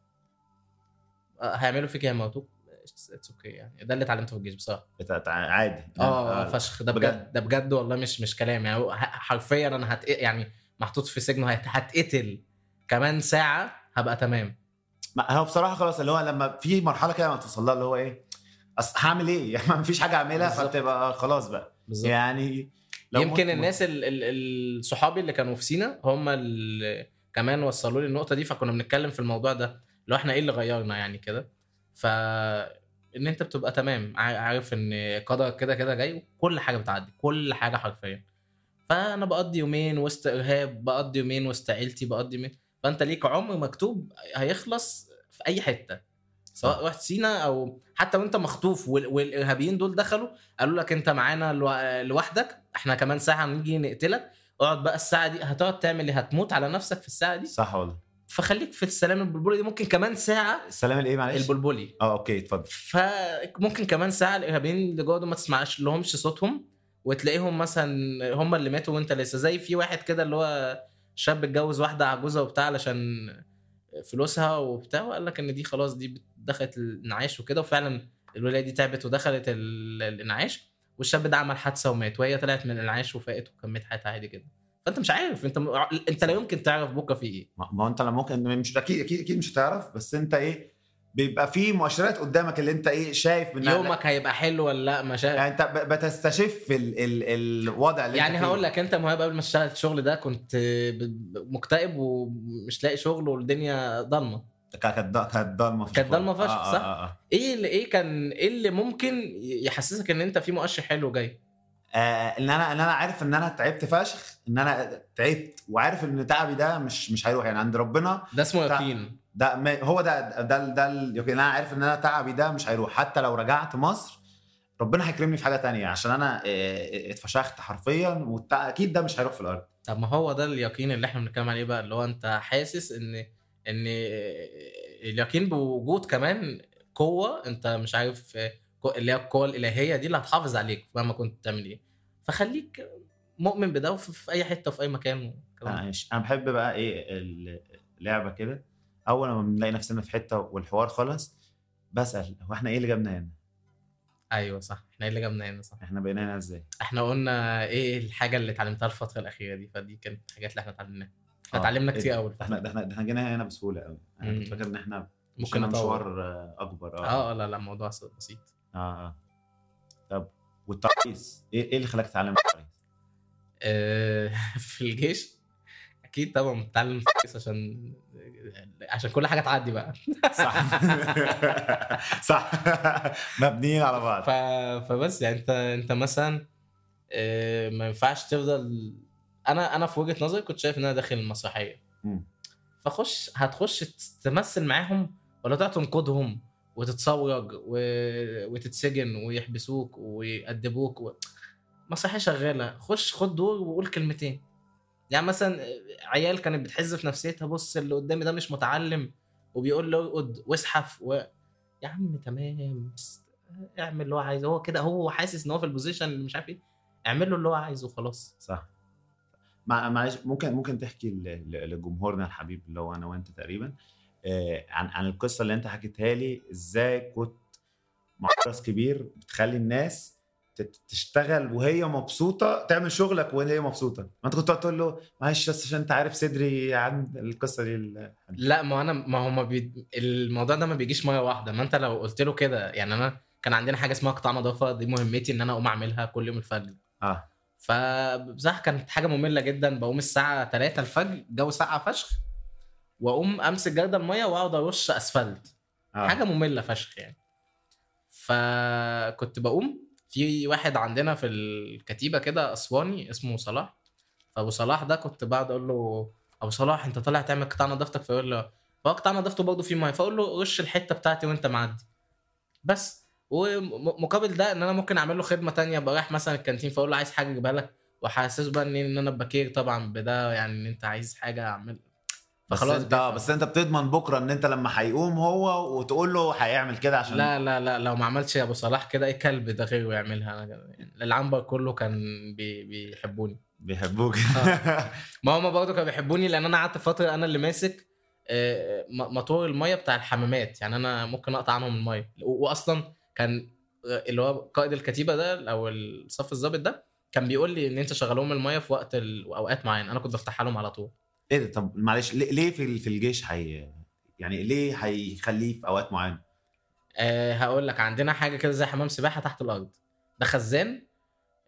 آه، هيعملوا فيك إيه؟ هيموتوك اتس اوكي يعني ده اللي اتعلمته في الجيش بصراحه
بتاعت- عادي
اه فشخ ده
آه، بجد.
بجد ده بجد والله مش مش كلام يعني هو ح- حرفيا انا هت يعني محطوط في سجن وهت- هتقتل كمان ساعه هبقى تمام
ما هو بصراحه خلاص اللي هو لما في مرحله كده ما توصل لها اللي هو ايه أص... هعمل ايه؟ يعني ما فيش حاجه اعملها
بالظبط.
فبتبقى خلاص بقى
بالظبط
يعني لو
يمكن
مت-
الناس ال- ال- ال- صحابي اللي كانوا في سينا هم اللي كمان وصلوا لي النقطه دي فكنا بنتكلم في الموضوع ده لو احنا ايه اللي غيرنا يعني كده ف ان انت بتبقى تمام ع- عارف ان قدرك كده كده جاي وكل حاجه بتعدي كل حاجه حرفيا فانا بقضي يومين وسط ارهاب بقضي يومين وسط عيلتي بقضي يومين فانت ليك عمر مكتوب هيخلص في اي حته سواء رحت سينا او حتى وانت مخطوف وال- والارهابيين دول دخلوا قالوا لك انت معانا لو- لوحدك احنا كمان ساعه هنيجي نقتلك اقعد بقى الساعه دي هتقعد تعمل ايه هتموت على نفسك في الساعه دي
صح والله
فخليك في السلام البلبلي دي ممكن كمان ساعه
السلام الايه معلش؟
البلبلي
اه اوكي اتفضل
فممكن كمان ساعه الارهابيين اللي جوه دول ما تسمعش لهمش صوتهم وتلاقيهم مثلا هم اللي ماتوا وانت لسه زي في واحد كده اللي هو شاب اتجوز واحده عجوزه وبتاع علشان فلوسها وبتاع وقال لك ان دي خلاص دي دخلت الانعاش وكده وفعلا الولايه دي تعبت ودخلت ال- الانعاش والشاب ده عمل حادثه ومات وهي طلعت من الانعاش وفاقت وكملت حياتها عادي جدا فانت مش عارف انت م... انت لا يمكن تعرف بكره في ايه
ما ما هو انت لما ممكن مش اكيد اكيد اكيد مش هتعرف بس انت ايه بيبقى في مؤشرات قدامك اللي انت ايه شايف منها
يومك هيبقى حلو ولا لا مش عارف
يعني انت ب- بتستشف ال ال الوضع اللي
يعني
انت فيه.
هقول لك انت مهاب قبل ما اشتغلت الشغل ده كنت ب- ب- مكتئب ومش لاقي شغل والدنيا ضلمه
كانت كانت- كانت ضلمه فشخ
كانت ضلمة
والله.
فشخ،
آه، آه،
صح؟
آه، آه.
ايه اللي ايه كان ايه اللي ممكن يحسسك ان انت في مؤشر حلو جاي
آه، ان انا ان انا عارف ان انا تعبت فشخ ان انا تعبت وعارف ان تعبي ده مش مش هيروح يعني عند ربنا
ده اسمه
طيب.
يقين
ده ما هو ده ده ده, ده ال- يمكن انا عارف ان انا تعبي ده مش هيروح حتى لو رجعت مصر ربنا هيكرمني في حاجه تانية عشان انا آه، اتفشخت حرفيا واكيد ده مش هيروح في الارض
طب ما هو ده اليقين اللي احنا بنتكلم عليه بقى اللي هو انت حاسس ان ان اليقين بوجود كمان قوه انت مش عارف قو- اللي هي القوه الالهيه دي اللي هتحافظ عليك مهما كنت بتعمل ايه فخليك مؤمن بده وفي- في اي حته وفي اي مكان والكلام ده.
انا مش- انا بحب بقى ايه ال- اللعبه كده اول ما بنلاقي نفسنا في حته والحوار خلص بسال هو احنا ايه اللي جابنا هنا؟
ايوه صح احنا ايه اللي جابنا هنا صح
احنا بقينا هنا ازاي؟
احنا قلنا ايه الحاجه اللي اتعلمتها الفتره الاخيره دي فدي كانت الحاجات اللي احنا اتعلمناها احنا
آه،
اتعلمنا
إيه
كتير
ده؟
قوي
ده احنا ده احنا ده احنا جينا هنا بسهوله قوي انا كنت
مم.
فاكر ان احنا ممكن
ممكن نطور
مشوار آه، اكبر اه
اه آه، لا لا الموضوع س- بسيط
اه اه طب والترقيص ايه ايه اللي خلاك تتعلم الترقيص؟
آه، في الجيش اكيد طبعا بتتعلم كويس عشان عشان كل حاجه تعدي بقى
صح صح مبنيين على بعض
ف... فبس يعني انت انت مثلا آه، ما ينفعش تفضل انا انا في وجهه نظري كنت شايف ان انا داخل المسرحيه
مم.
فخش هتخش تمثل معاهم ولا تقعد تنقدهم وتتصورج و... وتتسجن ويحبسوك ويأدبوك و... مسرحيه شغاله خش خد دور وقول كلمتين يعني مثلا عيال كانت بتحز في نفسيتها بص اللي قدامي ده مش متعلم وبيقول له ارقد واسحف و... يا عم تمام بس اعمل اللي هو عايزه هو كده هو حاسس ان هو في البوزيشن اللي مش عارف ايه اعمل له اللي هو عايزه وخلاص
صح مع- معلش ممكن ممكن تحكي ل- ل- لجمهورنا الحبيب اللي هو انا وانت تقريبا آه، عن عن القصه اللي انت حكيتها لي ازاي كنت مع راس كبير بتخلي الناس تت- تشتغل وهي مبسوطه تعمل شغلك وهي مبسوطه ما انت كنت تقعد تقول له معلش بس عشان انت عارف صدري عن القصه دي ال-
لا ما انا ما هو ما بي... الموضوع ده ما بيجيش ميه واحده ما انت لو قلت له كده يعني انا كان عندنا حاجه اسمها قطاع نظافه دي مهمتي ان انا اقوم اعملها كل يوم الفجر
اه
فبصراحه كانت حاجه ممله جدا بقوم الساعه 3 الفجر جو ساقعه فشخ واقوم امسك جرد الميه واقعد ارش اسفلت
اه
حاجه ممله فشخ يعني فكنت بقوم في واحد عندنا في الكتيبه كده اسواني اسمه صلاح فابو صلاح ده كنت بقعد اقول له ابو صلاح انت طالع تعمل قطاع نظافتك فيقول له هو قطاع نظافته برضه فيه ميه فاقول له رش الحته بتاعتي وانت معدي بس ومقابل ده ان انا ممكن اعمل له خدمه تانية ابقى رايح مثلا الكانتين فاقول له عايز حاجه اجيبها لك واحسسه بقى ان ان انا بكير طبعا بده يعني ان انت عايز حاجه اعمل
بس انت آه، بس انت بتضمن بكره ان انت لما هيقوم هو وتقول له هيعمل كده عشان
لا لا لا لو ما عملتش يا ابو صلاح كده ايه كلب ده غيره يعملها انا يعني العنبر كله كان بي بيحبوني
بيحبوك
ما هم برضه كانوا بيحبوني لان انا قعدت فتره انا اللي ماسك آه، م- موتور الميه بتاع الحمامات يعني انا ممكن اقطع عنهم الميه و- واصلا كان آه، اللي هو قائد الكتيبه ده او الصف الضابط ده كان بيقول لي ان انت شغلهم الميه في وقت ال- اوقات معينه انا كنت بفتحها لهم على طول
ايه ده طب معلش ليه- ليه في ال- في الجيش حي يعني ليه هيخليه في اوقات معينه
أه هقول لك عندنا حاجه كده زي حمام سباحه تحت الارض ده خزان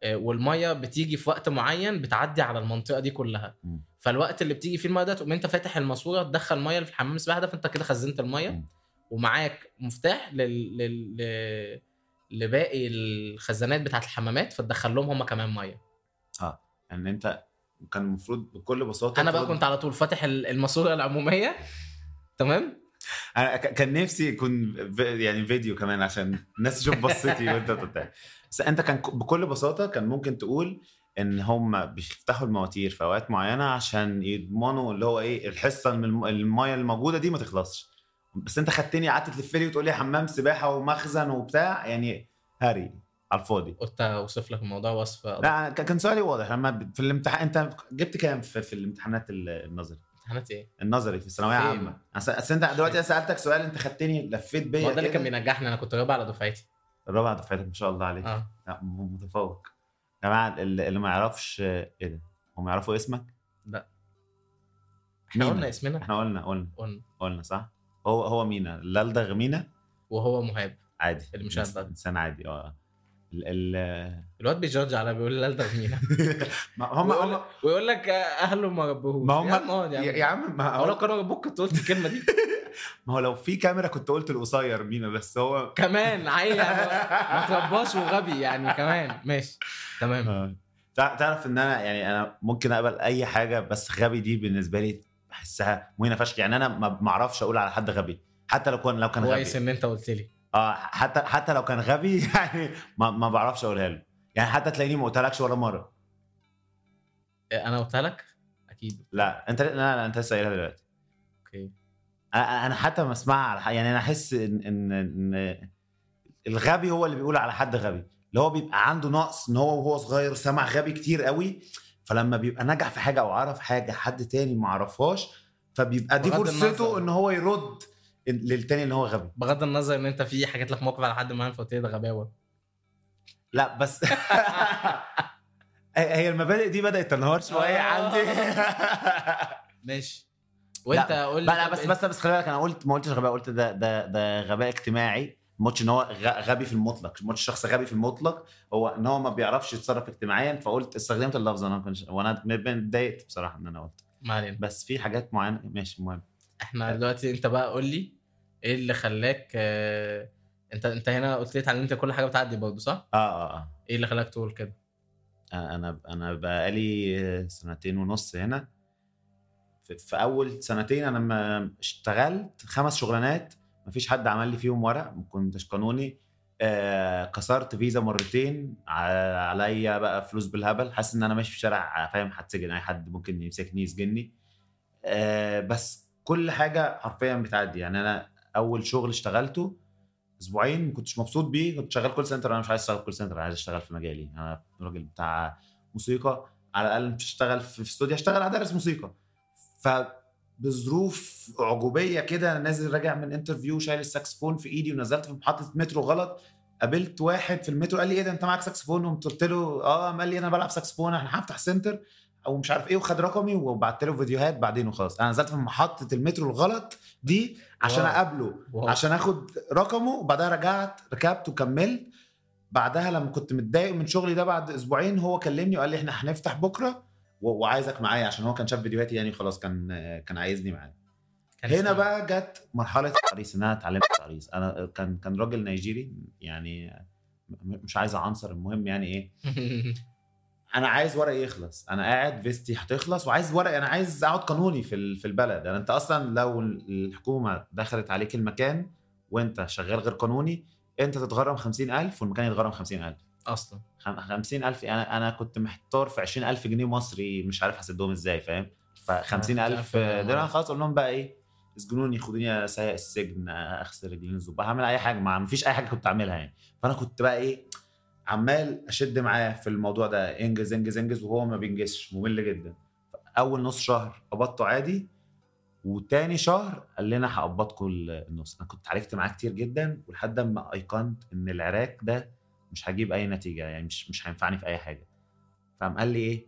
أه والميه بتيجي في وقت معين بتعدي على المنطقه دي كلها
مم.
فالوقت اللي بتيجي فيه الميه ده تقوم انت فاتح الماسوره تدخل ميه في الحمام السباحه ده فانت كده خزنت الميه
مم.
ومعاك مفتاح لل... لل... ل- لباقي الخزانات بتاعت الحمامات فتدخل لهم هم كمان ميه
يعني انت كان المفروض بكل بساطه
انا بقى
تقول-
كنت على طول فاتح ال- الماسوره العموميه تمام
انا ك- كان نفسي يكون في- يعني فيديو كمان عشان الناس تشوف بصتي وانت بتتعب بس انت كان ك- بكل بساطه كان ممكن تقول ان هم بيفتحوا المواتير في اوقات معينه عشان يضمنوا اللي هو ايه الحصه من الم- الميه الموجوده دي ما تخلصش بس انت خدتني قعدت تلف لي وتقول لي حمام سباحه ومخزن وبتاع يعني هري على الفاضي
قلت اوصف لك الموضوع وصف
لا أنا ك- كان سؤالي واضح لما ب- في الامتحان انت جبت كام في, في الامتحانات ال- النظري
امتحانات ايه؟
النظري في الثانويه
فين؟
عامه أصل- اصل انت دلوقتي انا سالتك سؤال انت خدتني لفيت
ما هو
بيا
ده اللي كان
كده.
بينجحني انا كنت جايبها على دفعتي
الرابع دفعتك ما شاء الله عليك
اه
لا، م- متفوق يا جماعه اللي اللي ما يعرفش آه، ايه ده هم يعرفوا اسمك
احنا
مينا.
قلنا اسمنا
احنا قلنا قلنا
قلنا
قلنا صح هو هو مينا لالدغ مينا
وهو مهاب
عادي
اللي
إنس-
مش هالدغ.
انسان عادي اه ال ال
الواد بيجرج على بيقول لي ده مين
ما هم
ويقول-
هم
ويقول لك يعني اهله ما ربوهوش
ما هم-
يا عم اقعد يا
يا
عم
يا عم ما
هو لو
هو,
كانوا ربوك كنت قلت الكلمه دي
ما هو لو في كاميرا كنت قلت القصير مينا بس هو
كمان عيل يعني ما ترباش وغبي يعني كمان ماشي تمام
آه. تع- تعرف ان انا يعني انا ممكن اقبل اي حاجه بس غبي دي بالنسبه لي بحسها مهينه فشخ يعني انا ما ما اعرفش اقول على حد غبي حتى لو كان لو كان غبي
كويس ان انت قلت لي
اه حتى حتى لو كان غبي يعني ما, ما بعرفش اقولها له يعني حتى تلاقيني ما قلتلكش ولا مره
انا آه، قلتها لك اكيد
لا انت لا لا انت لسه قايلها دلوقتي
اوكي
أ- أ- انا حتى ما اسمعها على حد يعني انا احس ان ان ان الغبي هو اللي بيقول على حد غبي اللي هو بيبقى عنده نقص ان هو وهو صغير سمع غبي كتير قوي فلما بيبقى نجح في حاجه او عرف حاجه حد تاني ما عرفهاش فبيبقى دي
بغض
فرصته
النظر.
ان هو يرد للتاني اللي هو غبي
بغض النظر ان انت في حكيت لك موقف على حد معين فقلت لي ده غباوه
لا بس هي المبادئ دي بدات تنهار شويه
آه.
عندي
ماشي وانت قول لي
لا لا
طب
بس
انت-
بس بس خلي بالك انا قلت ما قلتش غباء قلت ده ده ده غباء اجتماعي ما قلتش ان هو غ- غبي في المطلق ما قلتش شخص غبي في المطلق هو ان هو ما بيعرفش يتصرف اجتماعيا فقلت استخدمت اللفظ انا ما كنتش وانا اتضايقت بصراحه ان انا قلت
ما علينا
بس في حاجات معينه ماشي المهم
احنا
آه.
دلوقتي انت بقى قول لي ايه اللي خلاك اه انت انت هنا قلت لي اتعلمت كل حاجه بتعدي برضه صح؟
اه اه اه
ايه اللي خلاك تقول كده؟
انا انا انا بقالي سنتين ونص هنا في, في اول سنتين انا ما اشتغلت خمس شغلانات ما فيش حد عمل لي فيهم ورق ما كنتش قانوني آه كسرت فيزا مرتين ع- عليا بقى فلوس بالهبل حاسس ان انا ماشي في شارع فاهم هتسجن اي حد ممكن يمسكني يسجني آه بس كل حاجه حرفيا بتعدي يعني انا اول شغل اشتغلته اسبوعين ما كنتش مبسوط بيه كنت شغال كول سنتر انا مش عايز اشتغل كول سنتر انا عايز اشتغل في مجالي انا راجل بتاع موسيقى على الاقل مش اشتغل في في استوديو اشتغل على درس موسيقى فبظروف اعجوبيه كده انا نازل راجع من انترفيو شايل الساكسفون في ايدي ونزلت في محطه مترو غلط قابلت واحد في المترو قال لي ايه ده انت معاك ساكسفون قمت قلت له اه قال لي انا بلعب ساكسفون احنا هفتح سنتر او مش عارف ايه وخد رقمي وبعت له فيديوهات بعدين وخلاص انا نزلت في محطه المترو الغلط دي عشان
واو.
اقابله
واو.
عشان اخد رقمه وبعدها رجعت ركبت وكملت بعدها لما كنت متضايق من شغلي ده بعد اسبوعين هو كلمني وقال لي احنا هنفتح بكره و- وعايزك معايا عشان هو كان شاف فيديوهاتي يعني خلاص كان كان عايزني معاه
كان
هنا
اسمه- إيه؟
بقى جت مرحله التعريس ان انا اتعلمت التعريس انا كان كان راجل نيجيري يعني م- مش عايز اعنصر المهم يعني ايه انا عايز ورقي يخلص انا قاعد فيستي هتخلص وعايز ورقي انا عايز اقعد قانوني في ال- في البلد يعني انت اصلا لو ال- الحكومه دخلت عليك المكان وانت شغال غير قانوني انت تتغرم 50000 والمكان يتغرم 50000
اصلا
خم- 50000 انا انا كنت محتار في 20000 جنيه مصري مش عارف هسدهم ازاي فاهم ف 50000 درهم خلاص اقول لهم بقى ايه اسجنوني خدوني سايق السجن اغسل رجلين الظباط هعمل اي حاجه ما مفيش اي حاجه كنت اعملها يعني فانا كنت بقى ايه عمال اشد معاه في الموضوع ده انجز انجز انجز وهو ما بينجزش ممل جدا اول نص شهر قبضته عادي وتاني شهر قال لنا هقبضكم النص انا كنت عرفت معاه كتير جدا ولحد ما ايقنت ان العراك ده مش هجيب اي نتيجه يعني مش مش هينفعني في اي حاجه فقام قال لي ايه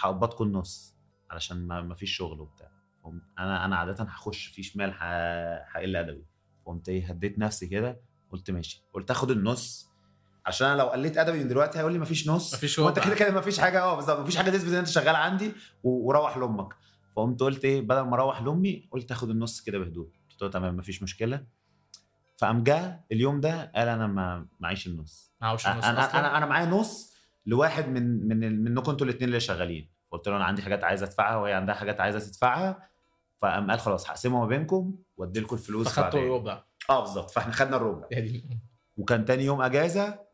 هقبضكم النص علشان ما ما فيش شغل وبتاع قمت- انا انا عاده هخش في شمال ه- هقل ادبي قمت ايه هديت نفسي كده قلت ماشي قلت اخد النص عشان انا لو قلت ادبي من دلوقتي هيقول لي مفيش نص
مفيش
وانت
ربع.
كده كده مفيش حاجه اه بالظبط مفيش حاجه تثبت ان انت شغال عندي و- وروح لامك فقمت قلت ايه بدل ما اروح لامي قلت اخد النص كده بهدوء قلت له تمام مفيش مشكله فقام جه اليوم ده قال انا ما معيش النص
معهوش
انا
النص
انا
اصلا
انا, أنا معايا نص لواحد من من ال- منكم انتوا الاثنين اللي شغالين قلت له انا عندي حاجات عايز ادفعها وهي عندها حاجات عايزه تدفعها فقام قال خلاص هقسمها ما بينكم وادي لكم الفلوس
فخدته
بعدين
ربع
اه بالظبط فاحنا خدنا الربع
يا دي
وكان تاني يوم اجازه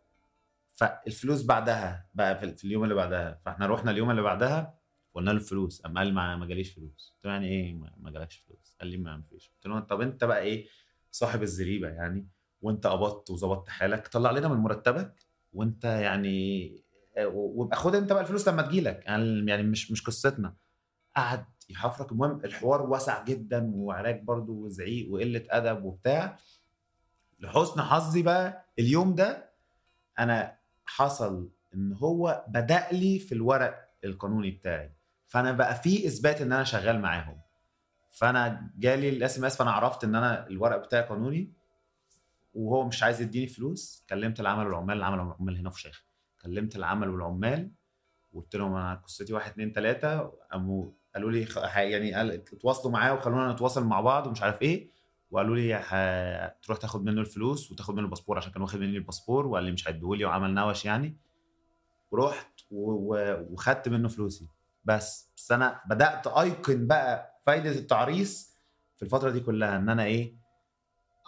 فالفلوس بعدها بقى في في اليوم اللي بعدها فاحنا رحنا اليوم اللي بعدها قلنا له الفلوس قام قال ما ما جاليش فلوس قلت له يعني ايه ما ما جالكش فلوس قال لي ما ما فيش قلت له طب انت بقى ايه صاحب الزريبه يعني وانت قبضت وظبطت حالك طلع لنا من مرتبك وانت يعني آه، وابقى خد انت بقى الفلوس لما تجيلك يعني يعني مش مش قصتنا قعد يحفرك المهم الحوار واسع جدا وعراك برضو وزعيق وقله ادب وبتاع لحسن حظي بقى اليوم ده انا حصل ان هو بدا لي في الورق القانوني بتاعي فانا بقى في اثبات ان انا شغال معاهم فانا جالي الاس ام اس فانا عرفت ان انا الورق بتاعي قانوني وهو مش عايز يديني فلوس كلمت العمل والعمال العمل والعمال هنا في شيخ كلمت العمل والعمال وقلت لهم انا قصتي واحد اتنين تلاته قاموا قالوا لي خ- ح- يعني قال- اتواصلوا معايا وخلونا نتواصل مع بعض ومش عارف ايه وقالوا لي هتروح تاخد منه الفلوس وتاخد منه الباسبور عشان كان واخد مني الباسبور وقال لي مش هيديهولي وعمل نوش يعني ورحت و- و- وخدت منه فلوسي بس بس انا بدات ايقن بقى فايده التعريس في الفتره دي كلها ان انا ايه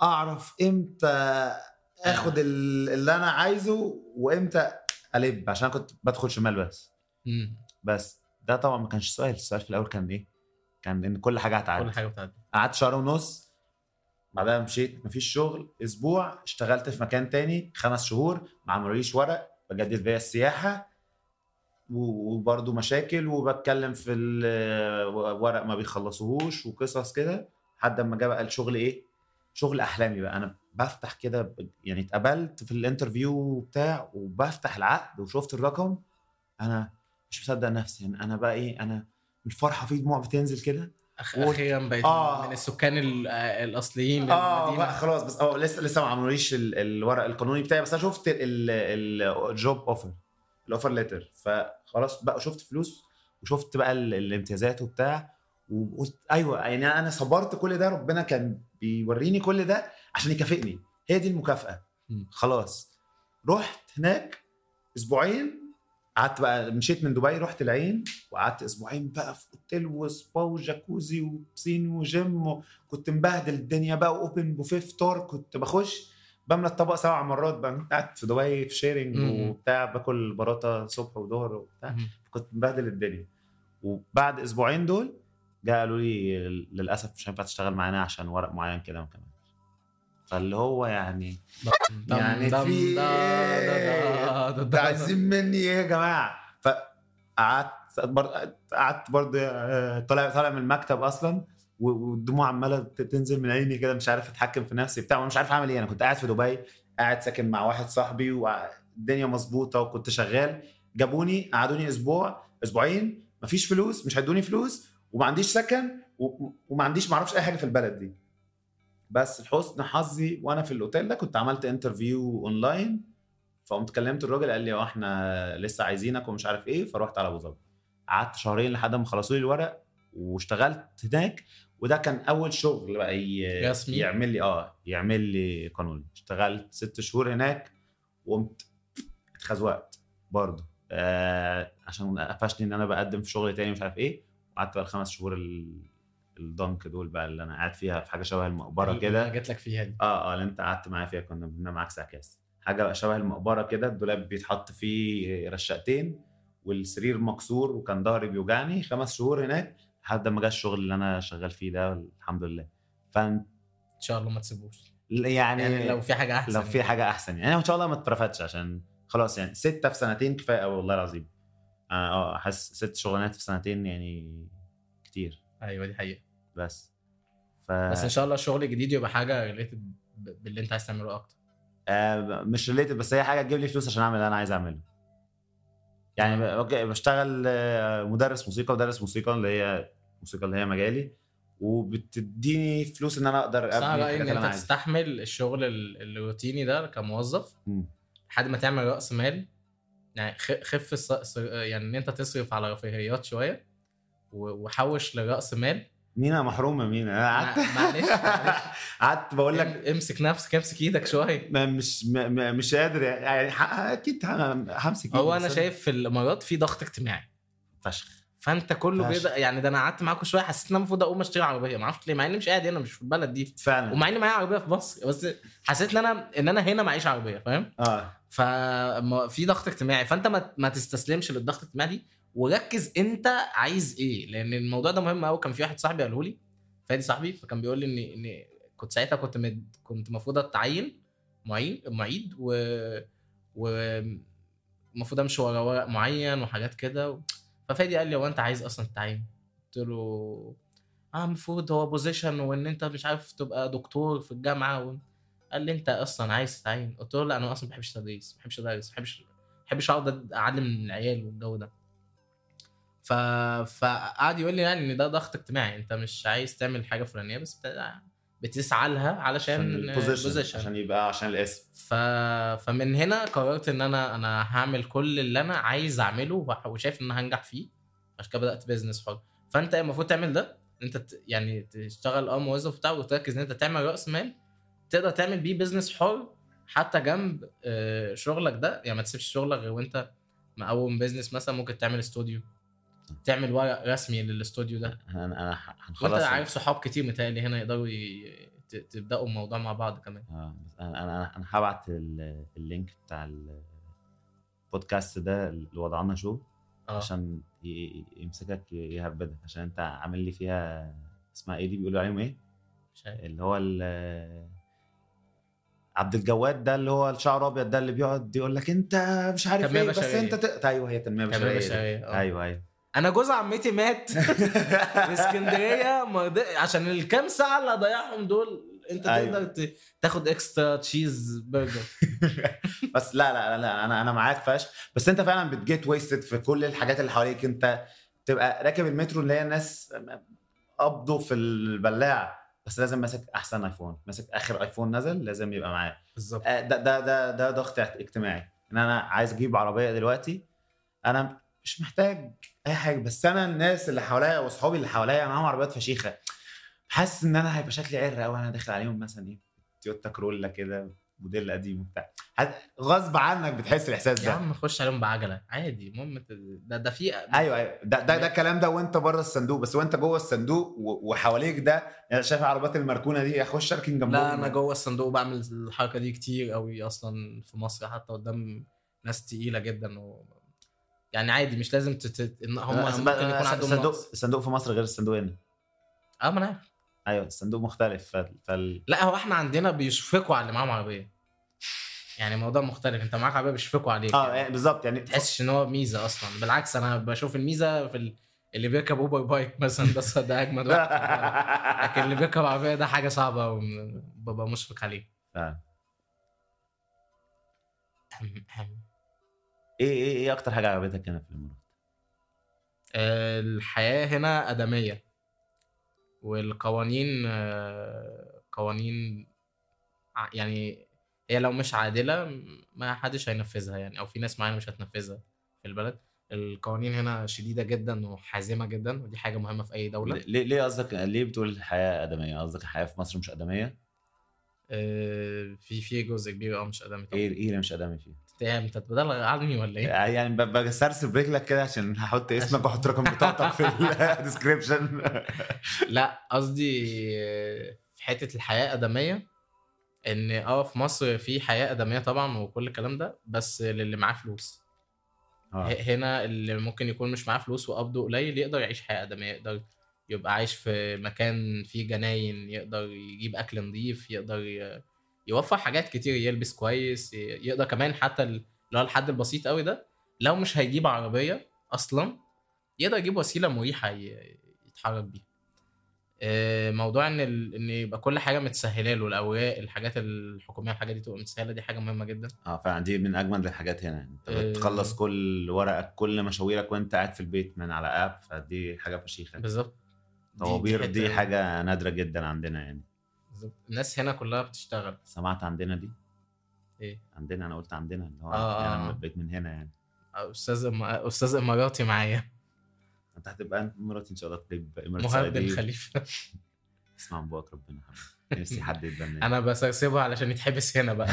اعرف امتى اخد ال- اللي انا عايزه وامتى الب عشان كنت بدخل شمال بس
مم.
بس ده طبعا ما كانش سؤال السؤال في الاول كان ايه كان ان كل حاجه هتعدي
كل حاجه بتعدي
قعدت شهر ونص بعدها مشيت مفيش شغل اسبوع اشتغلت في مكان تاني خمس شهور ما عملوليش ورق بجدد فيها السياحه و- وبرضه مشاكل وبتكلم في الورق ما بيخلصوهوش وقصص كده لحد اما جه بقى الشغل ايه شغل احلامي بقى انا بفتح كده ب- يعني اتقبلت في الانترفيو وبتاع وبفتح العقد وشفت الرقم انا مش مصدق نفسي يعني انا بقى ايه انا الفرحه في دموع بتنزل كده
أخ-
و-
اخيرا بقيت
آه.
من السكان ال- آه، الاصليين
اه بقى
للمدينه
خلاص بس اه لسه لسه ما عملوليش ال- الورق القانوني بتاعي بس انا شفت الجوب اوفر الاوفر ليتر فخلاص بقى شفت فلوس وشفت بقى ال- الامتيازات وبتاع وقلت ايوه يعني انا صبرت كل ده ربنا كان بيوريني كل ده عشان يكافئني هي دي المكافاه
مم.
خلاص رحت هناك اسبوعين قعدت بقى مشيت من دبي رحت العين وقعدت اسبوعين بقى في اوتيل وسبا وجاكوزي وبسين وجيم و... كنت مبهدل الدنيا بقى واوبن بوفيه فطار كنت بخش بملى الطبق سبع مرات بقى كنت قاعد في دبي في شيرنج
مم.
وبتاع باكل براطه صبح وظهر وبتاع
مم.
كنت مبهدل الدنيا وبعد اسبوعين دول جاء قالوا لي للاسف مش هينفع تشتغل معانا عشان ورق معين كده ما كمان فاللي هو يعني
دم-
يعني
دم-
في
دا- دا- دا-
انتوا
دا-
عايزين مني ايه يا جماعه فقعدت بر- قعدت برضه آه، طالع طالع من المكتب اصلا و- والدموع عماله ت- تنزل من عيني كده مش عارف اتحكم في نفسي بتاع وانا مش عارف اعمل ايه انا كنت قاعد في دبي قاعد ساكن مع واحد صاحبي والدنيا مظبوطه وكنت شغال جابوني قعدوني اسبوع اسبوعين مفيش فلوس مش هيدوني فلوس وما عنديش سكن و- وما عنديش ما اعرفش اي حاجه في البلد دي بس لحسن حظي وانا في الاوتيل ده كنت عملت انترفيو اونلاين فقمت كلمت الراجل قال لي اه احنا لسه عايزينك ومش عارف ايه فرحت على ابو ظبي قعدت شهرين لحد ما خلصوا لي الورق واشتغلت هناك وده كان اول شغل بقى ي-
رسمي.
يعمل لي اه يعمل لي قانوني اشتغلت ست شهور هناك وقمت اتخزوقت برضه آه عشان قفشني ان انا بقدم في شغل تاني مش عارف ايه وقعدت بقى الخمس شهور ال- الضنك دول بقى اللي انا قاعد فيها في حاجه شبه المقبره
اللي أنا
كده
جيت لك فيها دي
اه اه اللي انت قعدت معايا فيها كنا بنبنى معاك سعكاس حاجه بقى شبه المقبره كده الدولاب بيتحط فيه رشاقتين والسرير مكسور وكان ظهري بيوجعني خمس شهور هناك لحد ما جه الشغل اللي انا شغال فيه ده الحمد لله فانت
ان شاء الله ما تسيبوش
يعني,
يعني لو في حاجه احسن
لو في حاجه احسن يعني أنا ان شاء الله ما اترفدش عشان خلاص يعني سته في سنتين كفايه قوي والله العظيم انا اه حاسس ست شغلانات في سنتين يعني كتير
ايوه دي حقيقه
بس ف
بس ان شاء الله الشغل الجديد يبقى حاجه ريليتد باللي انت عايز تعمله اكتر
آه مش ريليتد بس هي حاجه تجيب لي فلوس عشان اعمل اللي انا عايز اعمله يعني ب- اوكي بشتغل آه، مدرس موسيقى مدرس موسيقى اللي هي الموسيقى اللي هي مجالي وبتديني فلوس ان انا اقدر
بس انا
ابني
رايي
الحاجات
ان
اللي انا
انت
عايزها
تستحمل الشغل ال- الروتيني ده كموظف
مم.
لحد ما تعمل راس مال يعني خ- خف الص- ص- يعني ان انت تصرف على رفاهيات شويه و- وحوش لراس مال
مينا محرومه مينا انا قعدت
مع- معلش يعني معلش.
قعدت بقول لك
إم- امسك نفسك امسك ايدك شويه
ما مش ما ما- مش قادر يعني ح- اكيد ه- همسك يعني
هو
إيدي
انا
بس
شايف في الامارات في ضغط اجتماعي
فشخ
فانت كله
فاشل.
كده يعني ده انا قعدت معاكم شويه حسيت ان انا المفروض اقوم اشتري عربيه ما اعرفش ليه مع اني مش قاعد هنا مش في البلد دي
فعلا
ومع اني معايا عربيه في مصر بس حسيت ان انا ان انا هنا معيش عربيه فاهم
اه
ففي ضغط اجتماعي فانت ما, ما تستسلمش للضغط الاجتماعي دي وركز انت عايز ايه لان الموضوع ده مهم قوي كان في واحد صاحبي قاله لي فادي صاحبي فكان بيقول لي ان ان كنت ساعتها كنت مد كنت المفروض اتعين معين معيد و و المفروض امشي ورا ورق معين وحاجات كده و... ففادي قال لي هو انت عايز اصلا تتعين قلت له اه المفروض هو بوزيشن وان انت مش عارف تبقى دكتور في الجامعه و... قال لي انت اصلا عايز تتعين قلت له لا انا اصلا ما بحبش التدريس ما بحبش ادرس ما بحبش ما بحبش اقعد اعلم العيال والجو ده ف... فقعد يقول لي يعني ان ده ضغط اجتماعي انت مش عايز تعمل حاجه فلانيه بس بت... بتسعى لها علشان
البوزيشن
position.
عشان يبقى عشان الاسم
ف... فمن هنا قررت ان انا انا هعمل كل اللي انا عايز اعمله وح- وشايف ان انا هنجح فيه عشان كده بدات بيزنس حر فانت المفروض تعمل ده إن انت ت- يعني تشتغل اه موظف بتاع وتركز ان انت تعمل راس مال تقدر تعمل بيه بيزنس حر حتى جنب آه، شغلك ده يعني ما تسيبش شغلك غير وانت مقوم بيزنس مثلا ممكن تعمل استوديو تعمل ورق رسمي للاستوديو ده
انا انا ح-
وانت
هنخلص
عارف صحاب كتير متهيألي هنا يقدروا ي- ت- تبداوا الموضوع مع بعض كمان
آه، بس انا انا انا هبعت ال- اللينك بتاع ال- البودكاست ده لوضعنا شو
اه
عشان ي- ي- يمسكك ي- يهبدك عشان انت عامل لي فيها اسمها ايه دي بيقولوا عليهم ايه
مش عارف.
اللي هو ال- عبد الجواد ده اللي هو الشعر ابيض ده اللي بيقعد يقول لك انت مش عارف
تنمية
ايه بس
بشرية.
انت ت... ايوه هي تنميه بشريه
تنمية
دي.
بشرية، آه.
ايوه ايوه
انا جوز عمتي مات في اسكندريه ما قد- عشان الكام ساعه اللي هضيعهم دول انت
أيوة.
تقدر ت- تاخد اكسترا تشيز برجر
بس لا لا لا انا انا معاك فشخ بس انت فعلا بتجيت ويستد في كل الحاجات اللي حواليك انت تبقى راكب المترو اللي هي الناس قبضه في البلاعه بس لازم ماسك احسن ايفون ماسك اخر ايفون نزل لازم يبقى معاه
بالظبط
آه، ده ده ده ده ضغط اجتماعي ان انا عايز اجيب عربيه دلوقتي انا مش محتاج اي حاجه بس انا الناس اللي حواليا واصحابي اللي حواليا معاهم عربيات فشيخه حاسس ان انا هيبقى شكلي عر قوي انا داخل عليهم مثلا ايه تويوتا كرولا كده موديل قديم وبتاع حت- غصب عنك بتحس الاحساس
يا
ده
عم خش عليهم بعجله عادي المهم ت- ده ده في
ايوه ايوه ده ده, ده الكلام ده وانت بره الصندوق بس وانت جوه الصندوق و- وحواليك ده يعني شايف العربيات المركونه دي اخش اركن جنبهم يعني.
لا انا جوه الصندوق بعمل الحركه دي كتير قوي اصلا في مصر حتى قدام ناس تقيله جدا و... يعني عادي مش لازم تت... ان هم
أنا- آه، أه،
ممكن يكون عندهم
الصندوق
نقص.
الصندوق في مصر غير الصندوق هنا
اه ما انا عارف
ايوه الصندوق مختلف فال, فال...
لا هو احنا عندنا بيشفقوا على اللي معاهم عربيه يعني موضوع مختلف انت معاك عربيه بيشفقوا عليك
اه
يعني.
يعني بالظبط يعني
تحسش ان هو ميزه اصلا بالعكس انا بشوف الميزه في ال- اللي بيركب اوبر بايك مثلا ده ده اجمد واحد لكن اللي بيركب عربيه ده حاجه صعبه وببقى مشفق عليه
فعلا.
أهم- أهم.
ايه ايه ايه اكتر حاجه عجبتك هنا في الامارات؟
آه، الحياه هنا ادميه والقوانين آه، قوانين ع- يعني هي لو مش عادله ما حدش هينفذها يعني او في ناس معينه مش هتنفذها في البلد القوانين هنا شديده جدا وحازمه جدا ودي حاجه مهمه في اي دوله
ليه ليه قصدك ليه بتقول الحياه ادميه؟ قصدك الحياه في مصر مش ادميه؟
آه، في في جزء كبير اه مش ادمي طبعا
ايه ايه اللي مش ادمي فيها؟
إيه، انت بتبلغ عني ولا ايه؟
يعني ب- بسرسب برجلك كده عشان هحط اسمك
عشان-
واحط رقم بطاقتك في الديسكربشن
لا قصدي آه، في حته الحياه ادميه ان اه في مصر في حياه ادميه طبعا وكل الكلام ده بس للي معاه فلوس
آه.
ه- هنا اللي ممكن يكون مش معاه فلوس وقبضه قليل يقدر يعيش حياه ادميه يقدر يبقى عايش في مكان فيه جناين يقدر يجيب اكل نظيف يقدر ي- يوفر حاجات كتير يلبس كويس ي- يقدر كمان حتى ال- اللي هو الحد البسيط قوي ده لو مش هيجيب عربيه اصلا يقدر يجيب وسيله مريحه ي- يتحرك بيها آه، موضوع ان ال... ان يبقى كل حاجه متسهله له الاوراق الحاجات الحكوميه الحاجات دي تبقى متسهله دي حاجه مهمه جدا
اه فعلا دي من اجمل الحاجات هنا انت
آه.
بتخلص كل ورقك كل مشاويرك وانت قاعد في البيت من على اب فدي حاجه فشيخه
بالظبط دي- دي
طوابير
حتة-
دي حاجه نادره جدا عندنا يعني
بالظبط. الناس هنا كلها بتشتغل
سمعت عندنا دي
ايه
عندنا انا قلت عندنا اللي هو
آه،
يعني
آه.
انا بقيت من هنا يعني
استاذ إم- استاذ اماراتي معايا
انت هتبقى انت مراتي ان شاء الله تطلب امارات
مهاب بن
سعوديه
خليفه
اسمع من بوك ربنا حبيبي. نفسي حد يتبنى
انا بسرسبها علشان يتحبس هنا بقى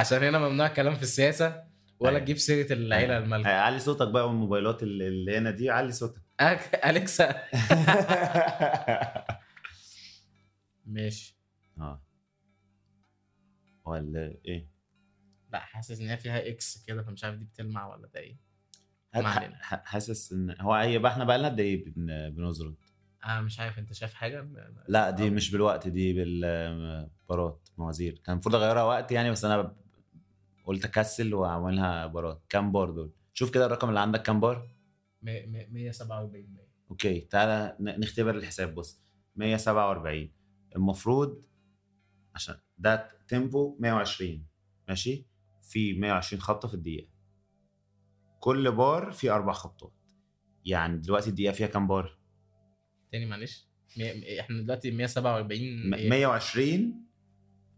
عشان هنا ممنوع الكلام في السياسه ولا
أيوة.
تجيب سيره العيله المالكه
علي صوتك بقى والموبايلات اللي- اللي هنا دي علي صوتك
أك- اليكسا ماشي
اه ولا ايه
لا حاسس ان هي فيها اكس كده فمش عارف دي بتلمع ولا ده ايه
ح-
ما علينا.
ح- حاسس ان هو اي بقى احنا بقى لنا قد ايه بن- بنزرد
انا مش عارف انت شايف حاجه
لا دي
آه.
مش بالوقت دي بالبارات موازير كان المفروض اغيرها وقت يعني بس انا ب- قلت اكسل واعملها بارات كام بار دول شوف كده الرقم اللي عندك كام بار
م- م- 147
اوكي تعالى ن- نختبر الحساب بص 147 المفروض عشان ده تيمبو 120 ماشي في 120 خبطه في الدقيقه كل بار فيه اربع خبطات يعني دلوقتي الدقيقه فيها كام بار
تاني معلش مية- مية- احنا دلوقتي 147
م-
إيه؟
120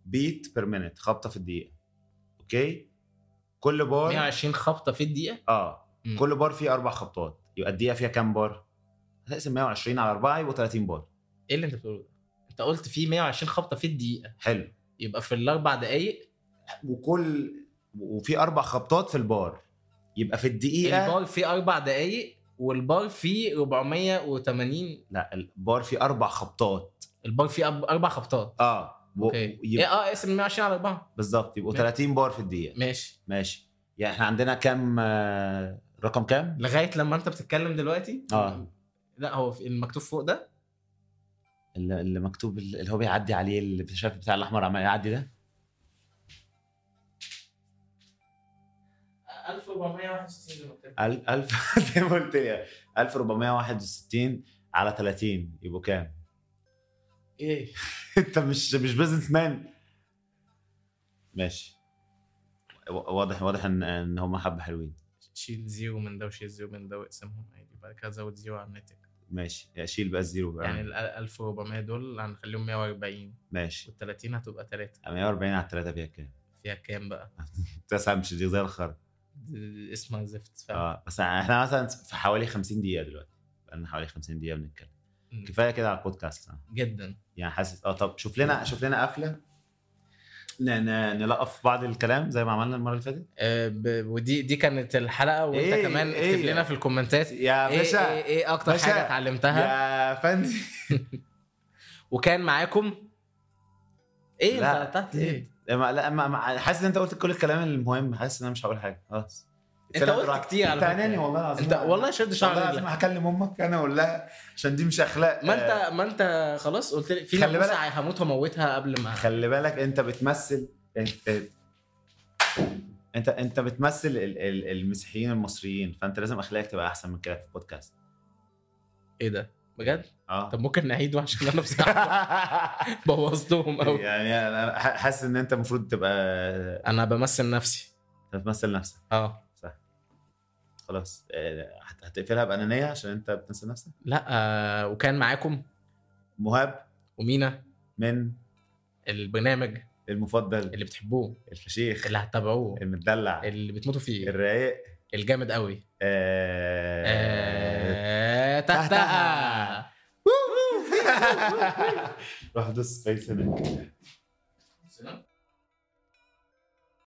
بيت بير مينت خبطه في الدقيقه اوكي كل بار
120 خبطه في الدقيقه
اه
مم.
كل بار فيه اربع خبطات يبقى الدقيقه فيها كام بار هتقسم 120 على 4 يبقى 30 بار
ايه اللي انت بتقوله ده؟ انت قلت في 120 خبطه في الدقيقه
حلو
يبقى في الاربع دقائق
وكل وفي اربع خبطات في البار يبقى في الدقيقه
البار فيه اربع دقائق والبار فيه 480
لا البار فيه اربع خبطات
البار فيه أب- اربع خبطات
اه و-
اوكي ايه
يبقى
اه اقسم 120 على 4
بالظبط يبقوا
ماشي.
30 بار في الدقيقه
ماشي
ماشي يعني احنا عندنا كام آه، رقم كام
لغايه لما انت بتتكلم دلوقتي
آه.
لا هو في المكتوب فوق ده
اللي اللي مكتوب اللي هو بيعدي عليه اللي شايف بتاع الاحمر عمال يعدي ده
1461 زي ما قلت لك.
1000 زي ما قلت لي 1461 على 30 يبقوا كام
ايه
انت مش مش بزنس مان ماشي و- واضح واضح ان ان هم حبه حلوين
شيل زيرو من ده وشيل زيرو من ده واقسمهم عادي بعد كده زود زيرو على الناتج
ماشي يعني شيل بقى الزيرو بقى
يعني ال 1400 دول هنخليهم 140
ماشي
وال 30 هتبقى 3
140 على 3 فيها كام؟
فيها كام بقى؟
تسعة مش دي زي الخر
د- اسمها زفت فعلا
اه بس احنا مثلا في حوالي 50 دقيقة دلوقتي بقالنا حوالي 50 دقيقة بنتكلم
مم.
كفاية كده على البودكاست آه.
جدا
يعني حاسس اه طب شوف لنا شوف لنا قفلة ن- ن- نلقف بعض الكلام زي ما عملنا المرة اللي فاتت
آه، ب- ودي دي كانت الحلقه وانت
إيه،
كمان
إيه؟
اكتب لنا في الكومنتات ايه
يا باشا
ايه, إيه اكتر
باشا.
حاجه اتعلمتها
يا فندم
وكان معاكم ايه
لا،
انت قطعت ليه؟
إيه؟ ما- لا ما- ما- حاسس ان انت قلت كل الكلام المهم حاسس ان انا مش هقول حاجة خلاص
انت قلت كتير على
انت اناني والله العظيم
انت والله شد شعر
والله العظيم
رجلك.
هكلم امك انا اقول لها عشان دي مش اخلاق
ما انت ما انت خلاص قلت لي في
آه. خلي
ناموسه
بالك.
هموت واموتها قبل ما
آه، خلي بالك انت بتمثل انت انت, انت بتمثل ال- ال- المسيحيين المصريين فانت لازم اخلاقك تبقى احسن من كده في البودكاست
ايه ده بجد
اه
طب ممكن نعيده عشان انا بصراحه بوظتهم قوي
يعني انا ح- حاسس ان انت المفروض تبقى
انا بمثل نفسي
بتمثل نفسك
اه
خلاص آه، هت- هتقفلها بانانيه عشان انت بتمثل نفسك
لا آه وكان معاكم
مهاب
ومينا
من
البرنامج
المفضل
اللي بتحبوه
الفشيخ
اللي هتتابعوه
إيه. المدلع
اللي بتموتوا فيه
الرايق
الجامد قوي
آه،
آه، تحتها
روح دوس فيس هناك